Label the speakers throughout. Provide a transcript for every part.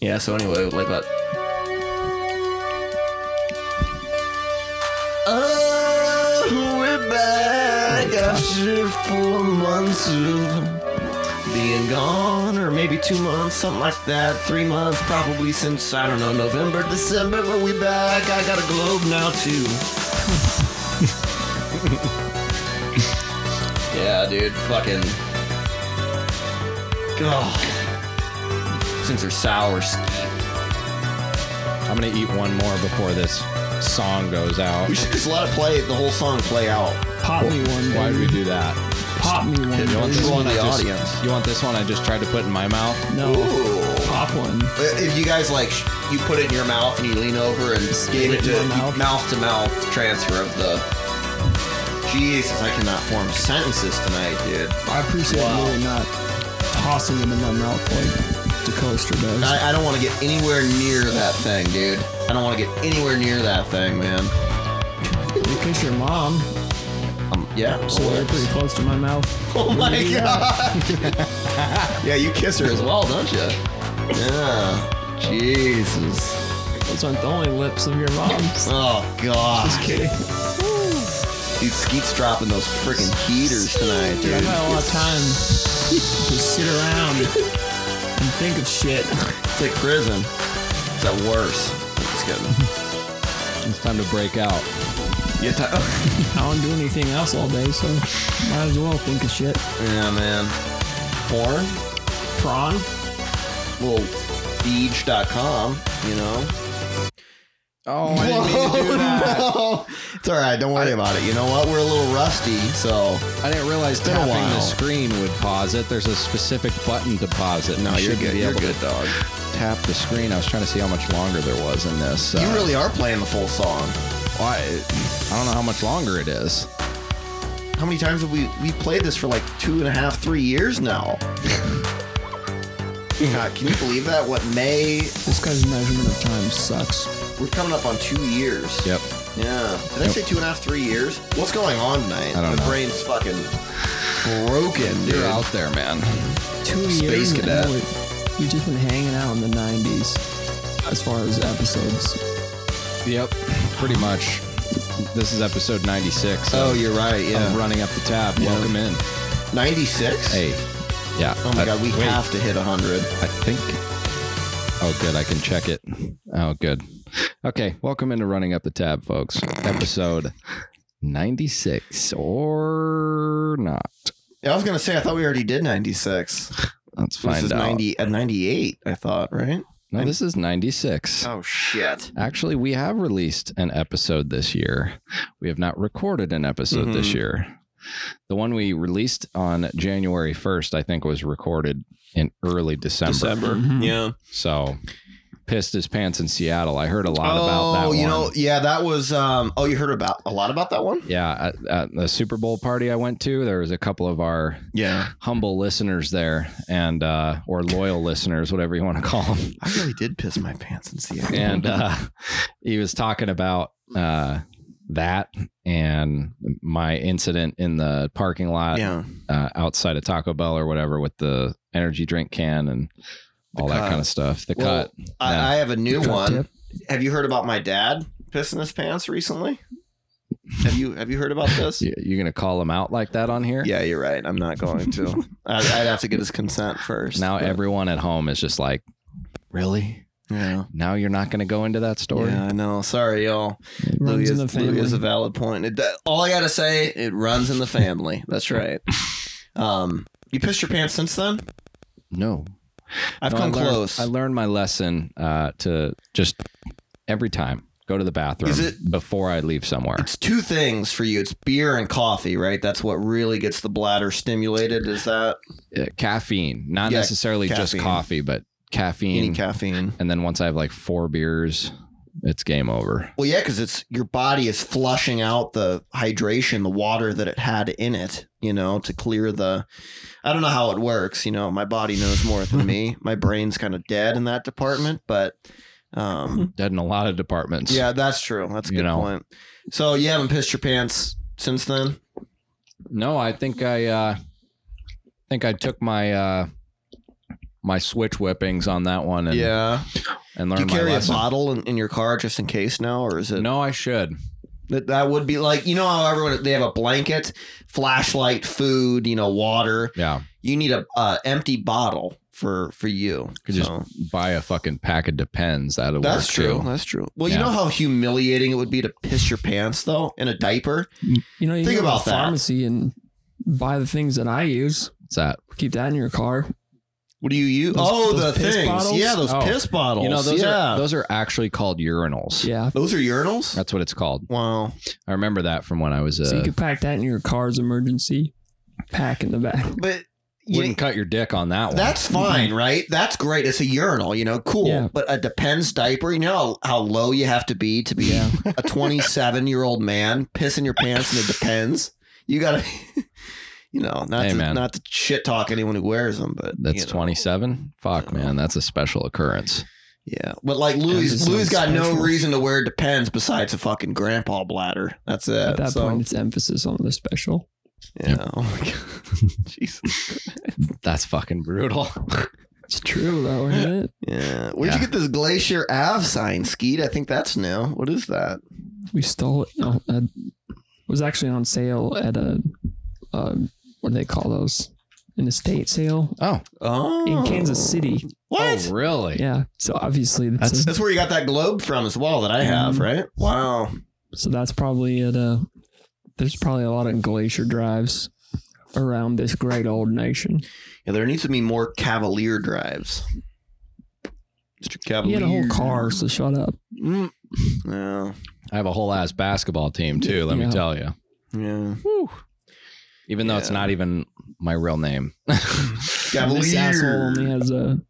Speaker 1: Yeah, so anyway, like that. Oh, we're back after four months of being gone, or maybe two months, something like that. Three months, probably since, I don't know, November, December, but we back. I got a globe now, too. yeah, dude, fucking. God. Since they're sour
Speaker 2: I'm gonna eat one more before this song goes out.
Speaker 1: We should just let it play the whole song play out.
Speaker 3: Pop me one,
Speaker 2: Why
Speaker 3: baby.
Speaker 2: would we do that?
Speaker 3: Pop me one,
Speaker 2: You want
Speaker 3: baby.
Speaker 2: this
Speaker 1: Control
Speaker 2: one? I
Speaker 1: the
Speaker 2: just,
Speaker 1: audience.
Speaker 2: You want this one? I just tried to put in my mouth.
Speaker 3: No. Pop one.
Speaker 1: If you guys like, sh- you put it in your mouth and you lean over and gave it
Speaker 3: it
Speaker 1: to
Speaker 3: in my mouth.
Speaker 1: mouth to mouth transfer of the. Jesus, I cannot form sentences tonight, dude.
Speaker 3: I appreciate
Speaker 1: Wow.
Speaker 3: really not tossing them in my mouth like the coaster does.
Speaker 1: I, I don't want to get anywhere near that thing, dude. I don't want to get anywhere near that thing, man.
Speaker 3: you kiss your mom,
Speaker 1: Um, yeah.
Speaker 3: so they're pretty close to my mouth.
Speaker 1: Oh my god. yeah, you kiss her as well, don't you? Yeah. Jesus.
Speaker 3: Those aren't the only lips of your mom.
Speaker 1: Oh god.
Speaker 3: Just kidding.
Speaker 1: Dude, Skeet's dropping those freaking heaters tonight, dude.
Speaker 3: Dude, I got a lot of time to sit around and think of shit.
Speaker 1: It's like prison. Is that worse? It's good.
Speaker 2: It's time to break out.
Speaker 1: You ti-
Speaker 3: I don't do anything else all day, so might as well think of shit.
Speaker 1: yeah, man. Porn?
Speaker 3: Prawn?
Speaker 1: Little beach.com, you know?
Speaker 2: Oh, I didn't mean to do that.
Speaker 1: no. It's all right. Don't worry about it. You know what? We're a little rusty, so.
Speaker 2: I didn't realize
Speaker 1: been a
Speaker 2: tapping
Speaker 1: while.
Speaker 2: the screen would pause it. There's a specific button to pause it.
Speaker 1: No, you're
Speaker 2: shouldn't
Speaker 1: good.
Speaker 2: Be
Speaker 1: You're
Speaker 2: able
Speaker 1: good,
Speaker 2: to
Speaker 1: dog.
Speaker 2: tap the screen. I was trying to see how much longer there was in this. So
Speaker 1: You really are playing the full song.
Speaker 2: Why? I don't know how much longer it is.
Speaker 1: How many times have we we played this for like two and a half, three years now? God, can you believe that? What May?
Speaker 3: This guy's measurement of time sucks.
Speaker 1: We're coming up on two years.
Speaker 2: Yep.
Speaker 1: Yeah. Did I say two and a half, three years? What's going on tonight?
Speaker 2: I
Speaker 1: My
Speaker 2: don't know.
Speaker 1: brain's fucking broken, dude.
Speaker 2: You're out there, man.
Speaker 3: Two
Speaker 1: Space
Speaker 3: years
Speaker 1: cadet.
Speaker 3: ago, we- We've just been hanging out in the 90s as far as episodes.
Speaker 2: Yep. Pretty much. This is episode 96.
Speaker 1: Oh,
Speaker 2: of-
Speaker 1: you're right.
Speaker 2: of
Speaker 1: Yeah.
Speaker 2: running up the tab. Welcome in.
Speaker 1: 96?
Speaker 2: Hey. Yeah.
Speaker 1: Oh my
Speaker 2: I-
Speaker 1: god, we
Speaker 2: wait,
Speaker 1: have to hit 100.
Speaker 2: I think. Oh, good. I can check it. Oh, good. Okay. Welcome into Running Up the Tab, folks. Episode 96 or not.
Speaker 1: Yeah, I was going to say, I thought we already did 96.
Speaker 2: Let's
Speaker 1: this
Speaker 2: find
Speaker 1: is
Speaker 2: out.
Speaker 1: 90, uh, 98, I thought, right?
Speaker 2: no, this is 96.
Speaker 1: Oh, shit.
Speaker 2: Actually, we have released an episode this year. We have not recorded an episode this
Speaker 1: Mhm.
Speaker 2: year. The one we released on January 1st, I think, was recorded in early December. Mm-hmm.
Speaker 3: Mhm.
Speaker 1: Yeah.
Speaker 2: So, pissed his pants in Seattle. I heard a lot about that
Speaker 1: oh,
Speaker 2: one.
Speaker 1: you know, yeah, that was. um Oh, you heard about a lot about that one?
Speaker 2: yeah, at, at the Super Bowl party I went to, there was a couple of our
Speaker 1: Yeah,
Speaker 2: humble listeners there, and uh, or loyal listeners, whatever you want to call them.
Speaker 1: I really did piss my pants in Seattle.
Speaker 2: and uh, he was talking about uh, that and my incident in the parking lot
Speaker 1: yeah,
Speaker 2: uh, outside of Taco Bell or whatever with the energy drink can and all that
Speaker 1: cut.
Speaker 2: kind of stuff. The
Speaker 1: Well,
Speaker 2: cut. Yeah.
Speaker 1: I, I have a new
Speaker 3: Cut
Speaker 1: one.
Speaker 3: tip.
Speaker 1: Have you heard about my dad pissing his pants recently? Have you Have you heard about this?
Speaker 2: You, you're gonna call him out like that on here?
Speaker 1: Yeah, you're right. I'm not going to. I'd, I'd have to get his consent first.
Speaker 2: Now
Speaker 1: but-
Speaker 2: everyone at home is just like, really?
Speaker 1: yeah,
Speaker 2: Now you're not gonna go into that story?
Speaker 1: yeah, I know. Sorry, y'all. Louis
Speaker 3: Runs in the
Speaker 1: is, Louis
Speaker 3: family.
Speaker 1: is a valid point. It, that- all I gotta say, it runs in the family. That's right. Um, you pissed your pants since then?
Speaker 2: No.
Speaker 1: I've
Speaker 2: No, I
Speaker 1: come
Speaker 2: learned-
Speaker 1: close.
Speaker 2: I learned my lesson uh, to just every time go to the bathroom
Speaker 1: Is it-
Speaker 2: before I leave somewhere.
Speaker 1: it's two things for you. It's beer and coffee, right? That's what really gets the bladder stimulated. Is that
Speaker 2: uh, caffeine, not
Speaker 1: Yeah,
Speaker 2: necessarily just
Speaker 1: caffeine.
Speaker 2: coffee, but
Speaker 1: any
Speaker 2: caffeine.
Speaker 1: caffeine?
Speaker 2: and then once I have like four beers, it's game over.
Speaker 1: Well, yeah, because it's your body is flushing out the hydration, the water that it had in it, you know, to clear the. I don't know how it works, you know. My body knows more than me. My brain's kind of dead in that department, but um,
Speaker 2: Dead in a lot of departments.
Speaker 1: yeah, that's true. That's a
Speaker 2: You
Speaker 1: good
Speaker 2: know.
Speaker 1: point. So you haven't pissed your pants since then.
Speaker 2: No, I think I uh think I took my uh my switch whippings on that one and
Speaker 1: yeah.
Speaker 2: and
Speaker 1: Do you
Speaker 2: learn my
Speaker 1: carry a
Speaker 2: lesson.
Speaker 1: bottle in, in your car just in case now, or is it
Speaker 2: No, I should.
Speaker 1: that that would be like you know how everyone they have a blanket, flashlight, food, you know, water.
Speaker 2: Yeah,
Speaker 1: You need a uh, empty bottle for for you.
Speaker 2: Could just-
Speaker 1: So,
Speaker 2: buy a fucking pack of Depends. That'll
Speaker 1: that's
Speaker 2: work
Speaker 1: true.
Speaker 2: Too.
Speaker 1: That's true. Well, you
Speaker 2: Yeah.
Speaker 1: know how humiliating it would be to piss your pants though in a diaper.
Speaker 3: You know, you
Speaker 1: Think
Speaker 3: go to
Speaker 1: about
Speaker 3: the
Speaker 1: that.
Speaker 3: pharmacy and buy the things that I use.
Speaker 2: What's that?
Speaker 3: Keep that in your car.
Speaker 1: What do you use?
Speaker 3: Those-
Speaker 1: oh,
Speaker 3: those
Speaker 1: the
Speaker 3: piss
Speaker 1: things.
Speaker 3: bottles?
Speaker 1: Yeah, those
Speaker 2: Oh.
Speaker 1: piss bottles.
Speaker 2: You know, those
Speaker 1: yeah.
Speaker 2: are those are actually called urinals.
Speaker 3: Yeah.
Speaker 1: those, are urinals.
Speaker 2: That's what it's called.
Speaker 1: wow.
Speaker 2: I remember that from when I was. Uh,
Speaker 3: So you could pack that in your car's emergency pack in the back.
Speaker 1: But
Speaker 2: wouldn't Mm-hmm. cut your dick on that one.
Speaker 1: That's fine, right? That's great. It's a urinal, you know, cool.
Speaker 3: Yeah.
Speaker 1: But a depends diaper, you know how, how low you have to be to be a 27 year old man pissing your pants in a depends. You gotta, you know, not
Speaker 2: Hey,
Speaker 1: to,
Speaker 2: man.
Speaker 1: not to shit talk anyone who wears them, but
Speaker 2: that's
Speaker 1: you know,
Speaker 2: twenty seven. Fuck, man, that's a special occurrence.
Speaker 1: Yeah, but like
Speaker 3: That's
Speaker 1: Louis,
Speaker 3: just
Speaker 1: Louis got
Speaker 3: something
Speaker 1: no
Speaker 3: special.
Speaker 1: reason to wear depends besides a fucking grandpa bladder. That's it.
Speaker 3: At that
Speaker 1: so,
Speaker 3: point, it's emphasis on the special.
Speaker 1: yeah. Oh my god, Jesus.
Speaker 2: That's fucking brutal.
Speaker 3: It's true, though, isn't it?
Speaker 1: Yeah, where'd you
Speaker 2: Yeah.
Speaker 1: get this Glacier Ave sign, Skeet? I think that's new. What is that?
Speaker 3: We stole it. No, that was actually on sale at a, uh, what do they call those? An estate sale
Speaker 2: Oh,
Speaker 1: Oh,
Speaker 3: in Kansas City.
Speaker 1: What?
Speaker 2: oh, really?
Speaker 3: Yeah. So obviously, that's
Speaker 2: That's-
Speaker 3: a-
Speaker 1: That's where you got that globe from as well that I have,
Speaker 3: Mhm.
Speaker 1: right? Wow.
Speaker 3: so that's probably at a, there's probably a lot of glacier drives around this great old nation.
Speaker 1: Yeah, there needs to be more Cavalier drives. Mr.
Speaker 3: He
Speaker 1: Cavalier.
Speaker 3: had a whole car, so shut up.
Speaker 1: Mm. Yeah.
Speaker 2: I have a whole ass basketball team too. Let
Speaker 3: Yeah.
Speaker 2: me tell you.
Speaker 1: Yeah.
Speaker 2: Even though it's
Speaker 1: Yeah.
Speaker 2: not even my real name.
Speaker 3: And This asshole only
Speaker 1: Cavalier.
Speaker 3: has a,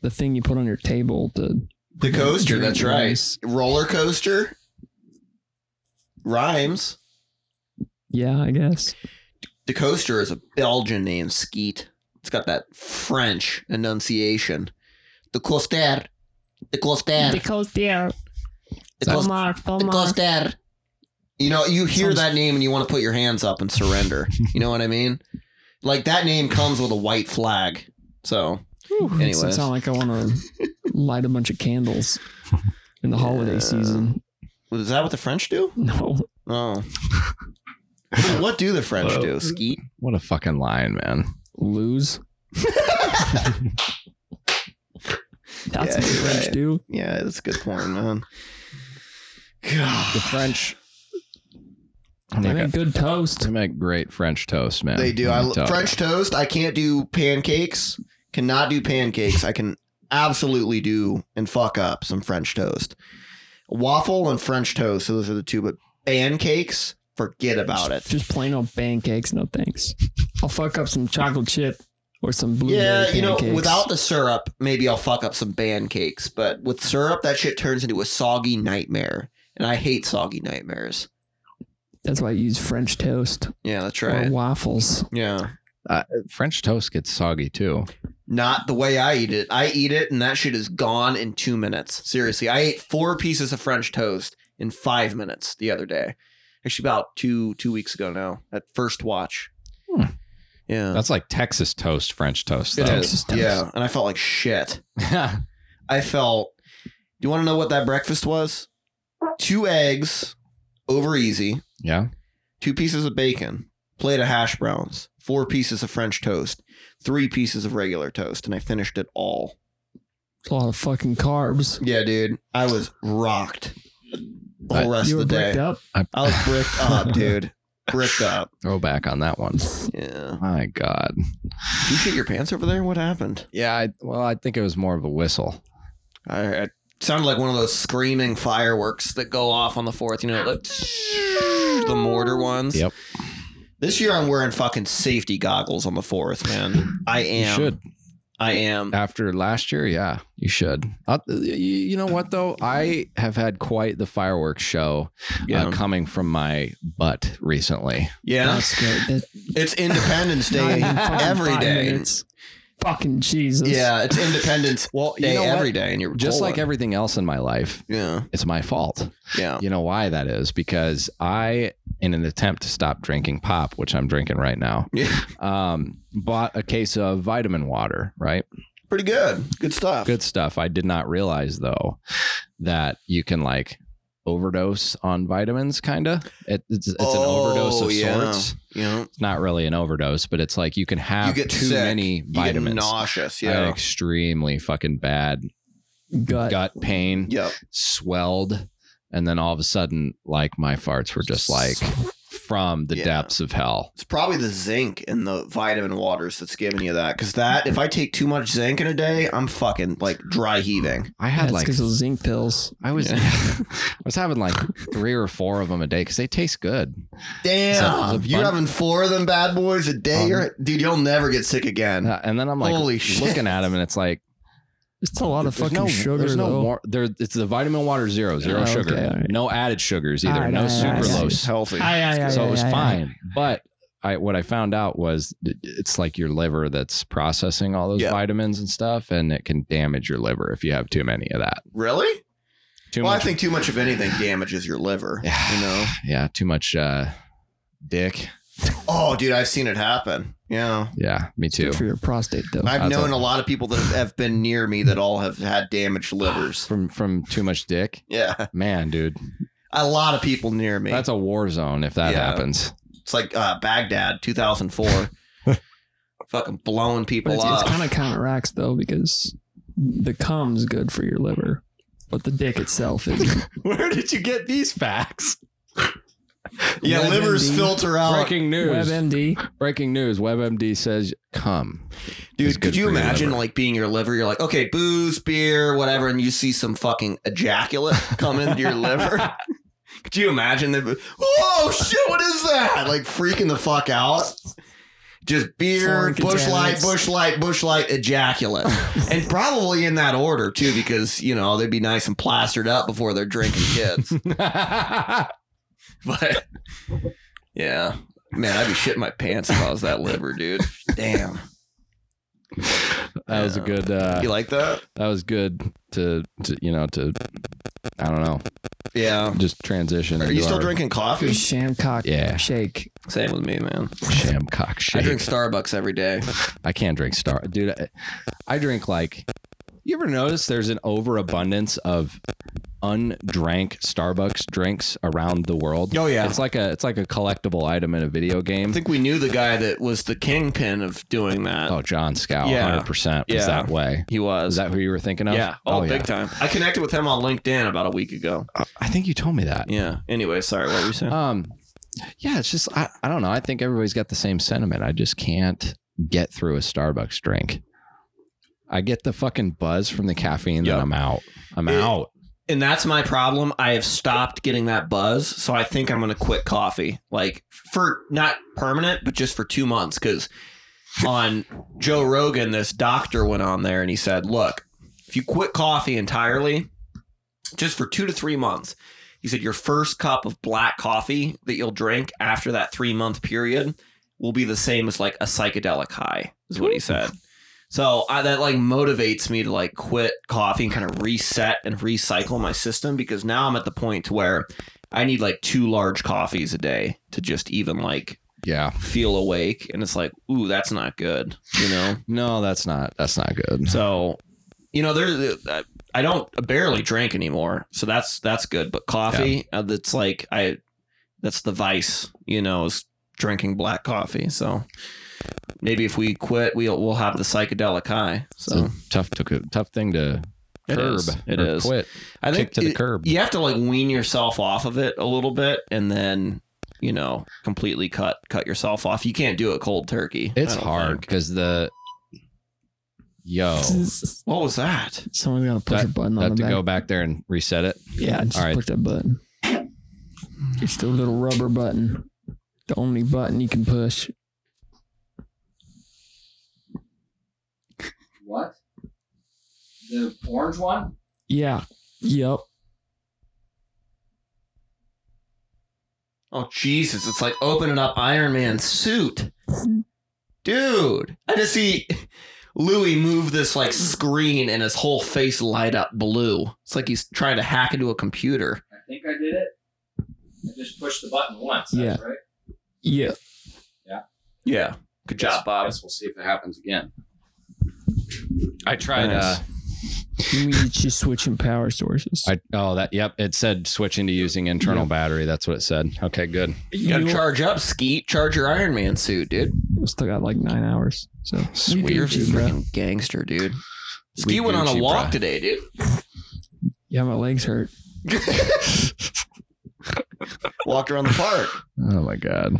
Speaker 3: the thing you put on your table to
Speaker 1: The coaster, that's
Speaker 3: Drink
Speaker 1: right.
Speaker 3: ice.
Speaker 1: Roller coaster. Rhymes.
Speaker 3: Yeah, I guess.
Speaker 1: The coaster is a Belgian name, Skeet. It's got that French enunciation. The coaster. The coaster.
Speaker 3: Because yeah,
Speaker 1: The coaster.
Speaker 3: Omar,
Speaker 1: Coster. You know, you hear
Speaker 3: Sounds-
Speaker 1: that name and you want to put your hands up and surrender. you know what I mean? Like that name comes with a white flag. So
Speaker 3: Anyways. It's
Speaker 1: Anyways.
Speaker 3: not like I want to light a bunch of candles in the holiday
Speaker 1: Yeah.
Speaker 3: season.
Speaker 1: is that what the French do?
Speaker 3: No,
Speaker 1: Oh. what do the French do? Skeet.
Speaker 2: what a fucking line, man.
Speaker 3: lose. That's
Speaker 1: Yeah,
Speaker 3: what the
Speaker 1: you're
Speaker 3: French
Speaker 1: right.
Speaker 3: do.
Speaker 1: Yeah, that's a good point, man.
Speaker 2: The
Speaker 1: God.
Speaker 2: French. I'm
Speaker 3: They
Speaker 2: not gonna-
Speaker 3: make good toast.
Speaker 2: They make great French toast, man.
Speaker 1: They do.
Speaker 2: Let
Speaker 1: I
Speaker 2: me
Speaker 1: lo-
Speaker 2: tell you.
Speaker 1: French toast. I can't do pancakes. Cannot do pancakes. I can absolutely do and fuck up some French toast. Waffle and French toast. Those are the two. But pancakes, forget about it.
Speaker 3: Just plain old pancakes. No thanks. I'll fuck up some chocolate chip or some blueberry
Speaker 1: Yeah, you know,
Speaker 3: pancakes.
Speaker 1: without the syrup, maybe I'll fuck up some pancakes. But with syrup, that shit turns into a soggy nightmare, and I hate soggy nightmares.
Speaker 3: That's why I use French toast
Speaker 1: Yeah, that's
Speaker 3: or
Speaker 1: right.
Speaker 3: waffles.
Speaker 1: Yeah,
Speaker 2: Uh, French toast gets soggy too.
Speaker 1: not the way I eat it. I eat it, and that shit is gone in two minutes. Seriously, I ate four pieces of French toast in five minutes the other day. Actually, about two two weeks ago now. At first watch.
Speaker 2: Hmm.
Speaker 1: Yeah,
Speaker 2: That's like Texas toast, French toast.
Speaker 1: it
Speaker 2: Though.
Speaker 1: is.
Speaker 3: Texas toast.
Speaker 1: Yeah, and I felt like shit. I felt. Do you want to know what that breakfast was? Two eggs, over easy.
Speaker 2: yeah.
Speaker 1: Two pieces of bacon, plate of hash browns, four pieces of French toast, three pieces of regular toast, and I finished it all.
Speaker 3: It's a lot of fucking carbs.
Speaker 1: Yeah, dude, I was rocked the
Speaker 2: I-
Speaker 1: whole rest
Speaker 3: you
Speaker 1: of
Speaker 3: were
Speaker 1: the day.
Speaker 3: bricked up.
Speaker 2: I,
Speaker 1: I was bricked up, dude. Bricked up.
Speaker 2: Go back on that one.
Speaker 1: Yeah.
Speaker 2: My God.
Speaker 1: Did you shit your pants over there? What happened?
Speaker 2: Yeah. I, well, I think it was more of a whistle.
Speaker 1: I, I sounded like one of those screaming fireworks that go off on the fourth. You know, like, the mortar ones.
Speaker 2: Yep.
Speaker 1: This year I'm wearing fucking safety goggles on the fourth, man. I
Speaker 2: You
Speaker 1: am.
Speaker 2: should
Speaker 1: I am.
Speaker 2: after last year. Yeah, you should. Uh, y- y- you know what though? I have had quite the fireworks show
Speaker 1: Yeah.
Speaker 2: uh, coming from my butt recently.
Speaker 1: yeah.
Speaker 3: That's good. That's
Speaker 1: It's Independence
Speaker 3: not
Speaker 1: Day
Speaker 3: even fucking
Speaker 1: every
Speaker 3: five
Speaker 1: day.
Speaker 3: minutes. Fucking Jesus.
Speaker 1: Yeah, it's Independence
Speaker 2: Well,
Speaker 1: Day every day, and you're
Speaker 2: Just like
Speaker 1: rolling.
Speaker 2: everything else in my life,
Speaker 1: Yeah,
Speaker 2: it's my fault.
Speaker 1: yeah.
Speaker 2: You know why that is? Because I, in an attempt to stop drinking pop, which I'm drinking right now,
Speaker 1: Yeah.
Speaker 2: um, bought a case of vitamin water, right?
Speaker 1: Pretty good. Good stuff.
Speaker 2: Good stuff. I did not realize though that you can like overdose on vitamins kind of. It, it's it's an overdose
Speaker 1: Oh,
Speaker 2: of
Speaker 1: yeah.
Speaker 2: sorts.
Speaker 1: You know,
Speaker 2: It's not really an overdose, but it's like you can have
Speaker 1: you get
Speaker 2: too
Speaker 1: sick.
Speaker 2: many
Speaker 1: You get
Speaker 2: vitamins.
Speaker 1: nauseous.
Speaker 2: I had
Speaker 1: Yeah.
Speaker 2: extremely fucking bad
Speaker 3: Gut.
Speaker 2: gut pain,
Speaker 1: Yep.
Speaker 2: swelled, and then all of a sudden like my farts were just like from the
Speaker 1: Yeah.
Speaker 2: depths of hell.
Speaker 1: It's probably the zinc in the vitamin waters that's giving you that. Because that, if I take too much zinc in a day, I'm fucking like dry heaving.
Speaker 2: I
Speaker 3: Yeah,
Speaker 2: had
Speaker 3: it's
Speaker 2: like
Speaker 3: 'cause those zinc pills.
Speaker 2: I was I was having like three or four of them a day because they taste good.
Speaker 1: Damn,
Speaker 2: is it
Speaker 1: you're
Speaker 2: fun?
Speaker 1: having four of them bad boys a day.
Speaker 2: Um,
Speaker 1: you're, dude, you'll never get sick again.
Speaker 2: Uh, and then I'm like
Speaker 1: Holy shit.
Speaker 2: looking at them and it's like
Speaker 3: It's a lot
Speaker 2: there's
Speaker 3: of fucking
Speaker 2: no
Speaker 3: sugar
Speaker 2: there's no
Speaker 3: though.
Speaker 2: war- there it's the vitamin water zero zero
Speaker 3: Oh, okay,
Speaker 2: sugar
Speaker 3: all right.
Speaker 2: no added sugars either
Speaker 3: All right,
Speaker 2: no
Speaker 3: all right, all right.
Speaker 2: sucralose
Speaker 1: healthy.
Speaker 3: Aye, aye, aye,
Speaker 2: so it
Speaker 3: aye,
Speaker 2: was
Speaker 3: aye, aye.
Speaker 2: fine but I what I found out was th- it's like your liver that's processing all those
Speaker 1: Yeah.
Speaker 2: vitamins and stuff and it can damage your liver if you have too many of that
Speaker 1: Really?
Speaker 2: too
Speaker 1: well,
Speaker 2: much
Speaker 1: I think too much of anything damages your liver.
Speaker 2: Yeah.
Speaker 1: You know?
Speaker 2: yeah too much uh dick
Speaker 1: Oh, dude, I've seen it happen. Yeah.
Speaker 2: yeah me too
Speaker 3: Good for your prostate though.
Speaker 1: I've
Speaker 2: That's
Speaker 1: known
Speaker 2: a-
Speaker 1: a lot of people that have been near me that all have had damaged livers.
Speaker 2: from from too much dick
Speaker 1: Yeah.
Speaker 2: man dude
Speaker 1: A lot of people near me.
Speaker 2: that's a war zone if that
Speaker 1: Yeah.
Speaker 2: happens
Speaker 1: it's like uh, Baghdad, 2004. Fucking blowing
Speaker 3: But
Speaker 1: people
Speaker 3: it's,
Speaker 1: up.
Speaker 3: it's kind of counteracts though because the cum's good for your liver, but the dick itself is.
Speaker 2: where did you get these facts
Speaker 1: yeah,
Speaker 3: Web
Speaker 1: livers
Speaker 3: MD.
Speaker 1: filter out.
Speaker 2: breaking news
Speaker 3: WebMD.
Speaker 2: Breaking news: WebMD says come. It's
Speaker 1: Dude,
Speaker 2: good
Speaker 1: could you
Speaker 2: for your
Speaker 1: imagine
Speaker 2: liver.
Speaker 1: like being your liver? You're like, okay, booze, beer, whatever, and you see some fucking ejaculate come into your liver. Could you imagine that? Whoa, shit, what is that? Like freaking the fuck out. Just beer,
Speaker 3: Foreign
Speaker 1: bush light,
Speaker 3: contaminants.
Speaker 1: bush light, bush light, ejaculate. and probably in that order too, because, you know, they'd be nice and plastered up before they're drinking kids. but yeah, man, I'd be shitting my pants if I was that liver, dude. Damn.
Speaker 2: that was a good. Uh,
Speaker 1: You like that?
Speaker 2: that was good to, to you know to I don't know
Speaker 1: Yeah.
Speaker 2: just transition.
Speaker 1: Are
Speaker 2: into
Speaker 1: you still
Speaker 2: our
Speaker 1: drinking coffee?
Speaker 3: Shamcock
Speaker 2: Yeah.
Speaker 3: shake.
Speaker 1: Same with me, man.
Speaker 2: Shamcock
Speaker 1: I
Speaker 2: shake? I,
Speaker 1: drink Starbucks every day.
Speaker 2: can't drink Star, dude. I, I drink like. You ever notice there's an overabundance of undrank Starbucks drinks around the world?
Speaker 1: Oh, yeah.
Speaker 2: it's like a it's like a collectible item in a video
Speaker 1: I
Speaker 2: game.
Speaker 1: think we knew the guy that was the kingpin of doing that.
Speaker 2: Oh, John Scow,
Speaker 1: Yeah.
Speaker 2: hundred percent was
Speaker 1: Yeah.
Speaker 2: that way.
Speaker 1: he
Speaker 2: Is
Speaker 1: was.
Speaker 2: that who you were thinking of?
Speaker 1: yeah. Uh, Oh, big time. I connected with him on LinkedIn about a week ago.
Speaker 2: I think you told me that.
Speaker 1: Yeah. Anyway, sorry. What were you saying?
Speaker 2: Um, yeah, it's just I, I don't know. I think everybody's got the same sentiment. I just can't get through a Starbucks drink. I get the fucking buzz from the caffeine,
Speaker 1: Yep.
Speaker 2: then I'm out. I'm
Speaker 1: It-
Speaker 2: out.
Speaker 1: and that's my problem. I have stopped getting that buzz, so I think I'm going to quit coffee, like for not permanent, but just for two months. Because on Joe Rogan, this doctor went on there and he said, "Look, if you quit coffee entirely, just for two to three months." He said your first cup of black coffee that you'll drink after that three month period will be the same as like a psychedelic high, is what he said. So I, that like motivates me to like quit coffee and kind of reset and recycle my system because now I'm at the point to where I need like two large coffees a day to just even like
Speaker 2: Yeah.
Speaker 1: feel awake, and it's like, ooh, that's not good, you know.
Speaker 2: No, that's not that's not good.
Speaker 1: So, you know, there's I- I don't barely drink anymore, so that's that's good. But coffee, uh, that's like I, that's the vice, you know, is drinking black coffee. So maybe if we quit, we'll we'll have the psychedelic high.
Speaker 2: It's
Speaker 1: So
Speaker 2: a tough to tough thing to
Speaker 1: It
Speaker 2: curb.
Speaker 1: is. It
Speaker 2: or
Speaker 1: is.
Speaker 2: Quit.
Speaker 1: I think
Speaker 2: kick to the
Speaker 1: it-
Speaker 2: curb.
Speaker 1: you have to like wean yourself off of it a little bit, and then you know completely cut cut yourself off. You can't do it cold turkey. I
Speaker 2: It's
Speaker 1: don't
Speaker 2: hard
Speaker 1: think.
Speaker 2: because the yo.
Speaker 1: What was that?
Speaker 3: Someone's gotta push
Speaker 2: That-
Speaker 3: a button
Speaker 2: Oh. I
Speaker 3: on
Speaker 2: have to
Speaker 3: the back.
Speaker 2: go back there and reset it.
Speaker 3: Yeah, just
Speaker 2: All right.
Speaker 3: push that button. It's the little rubber button. The only button you can push.
Speaker 2: What? The orange one?
Speaker 3: Yeah. Yep.
Speaker 1: Oh Jesus! It's like opening up Iron Man's suit, dude. I just see Louis move this like screen, and his whole face light up blue. It's like he's trying to hack into a computer.
Speaker 4: I think I did it. I just pushed the button once.
Speaker 3: Yeah.
Speaker 4: That's right.
Speaker 3: Yeah.
Speaker 1: Yeah. Good job,
Speaker 4: I
Speaker 1: Bob.
Speaker 4: guess we'll see if it happens again.
Speaker 2: I tried.
Speaker 1: Nice.
Speaker 2: Uh,
Speaker 3: You mean she's switching power sources?
Speaker 2: I oh that yep. It said switching to using internal battery. That's what it said. Okay, good.
Speaker 1: You gotta
Speaker 3: You-
Speaker 1: charge up, Skeet. Charge your Iron Man suit, dude.
Speaker 3: We still got like nine hours. So
Speaker 1: Sweet,
Speaker 3: You
Speaker 1: you're a
Speaker 3: Gucci, bro.
Speaker 1: freaking gangster, dude. Skeet
Speaker 2: We
Speaker 1: went on
Speaker 2: Gucci,
Speaker 1: a walk
Speaker 2: bruh.
Speaker 1: today, dude.
Speaker 3: Yeah, my legs hurt.
Speaker 1: Walked around the park.
Speaker 2: Oh my god.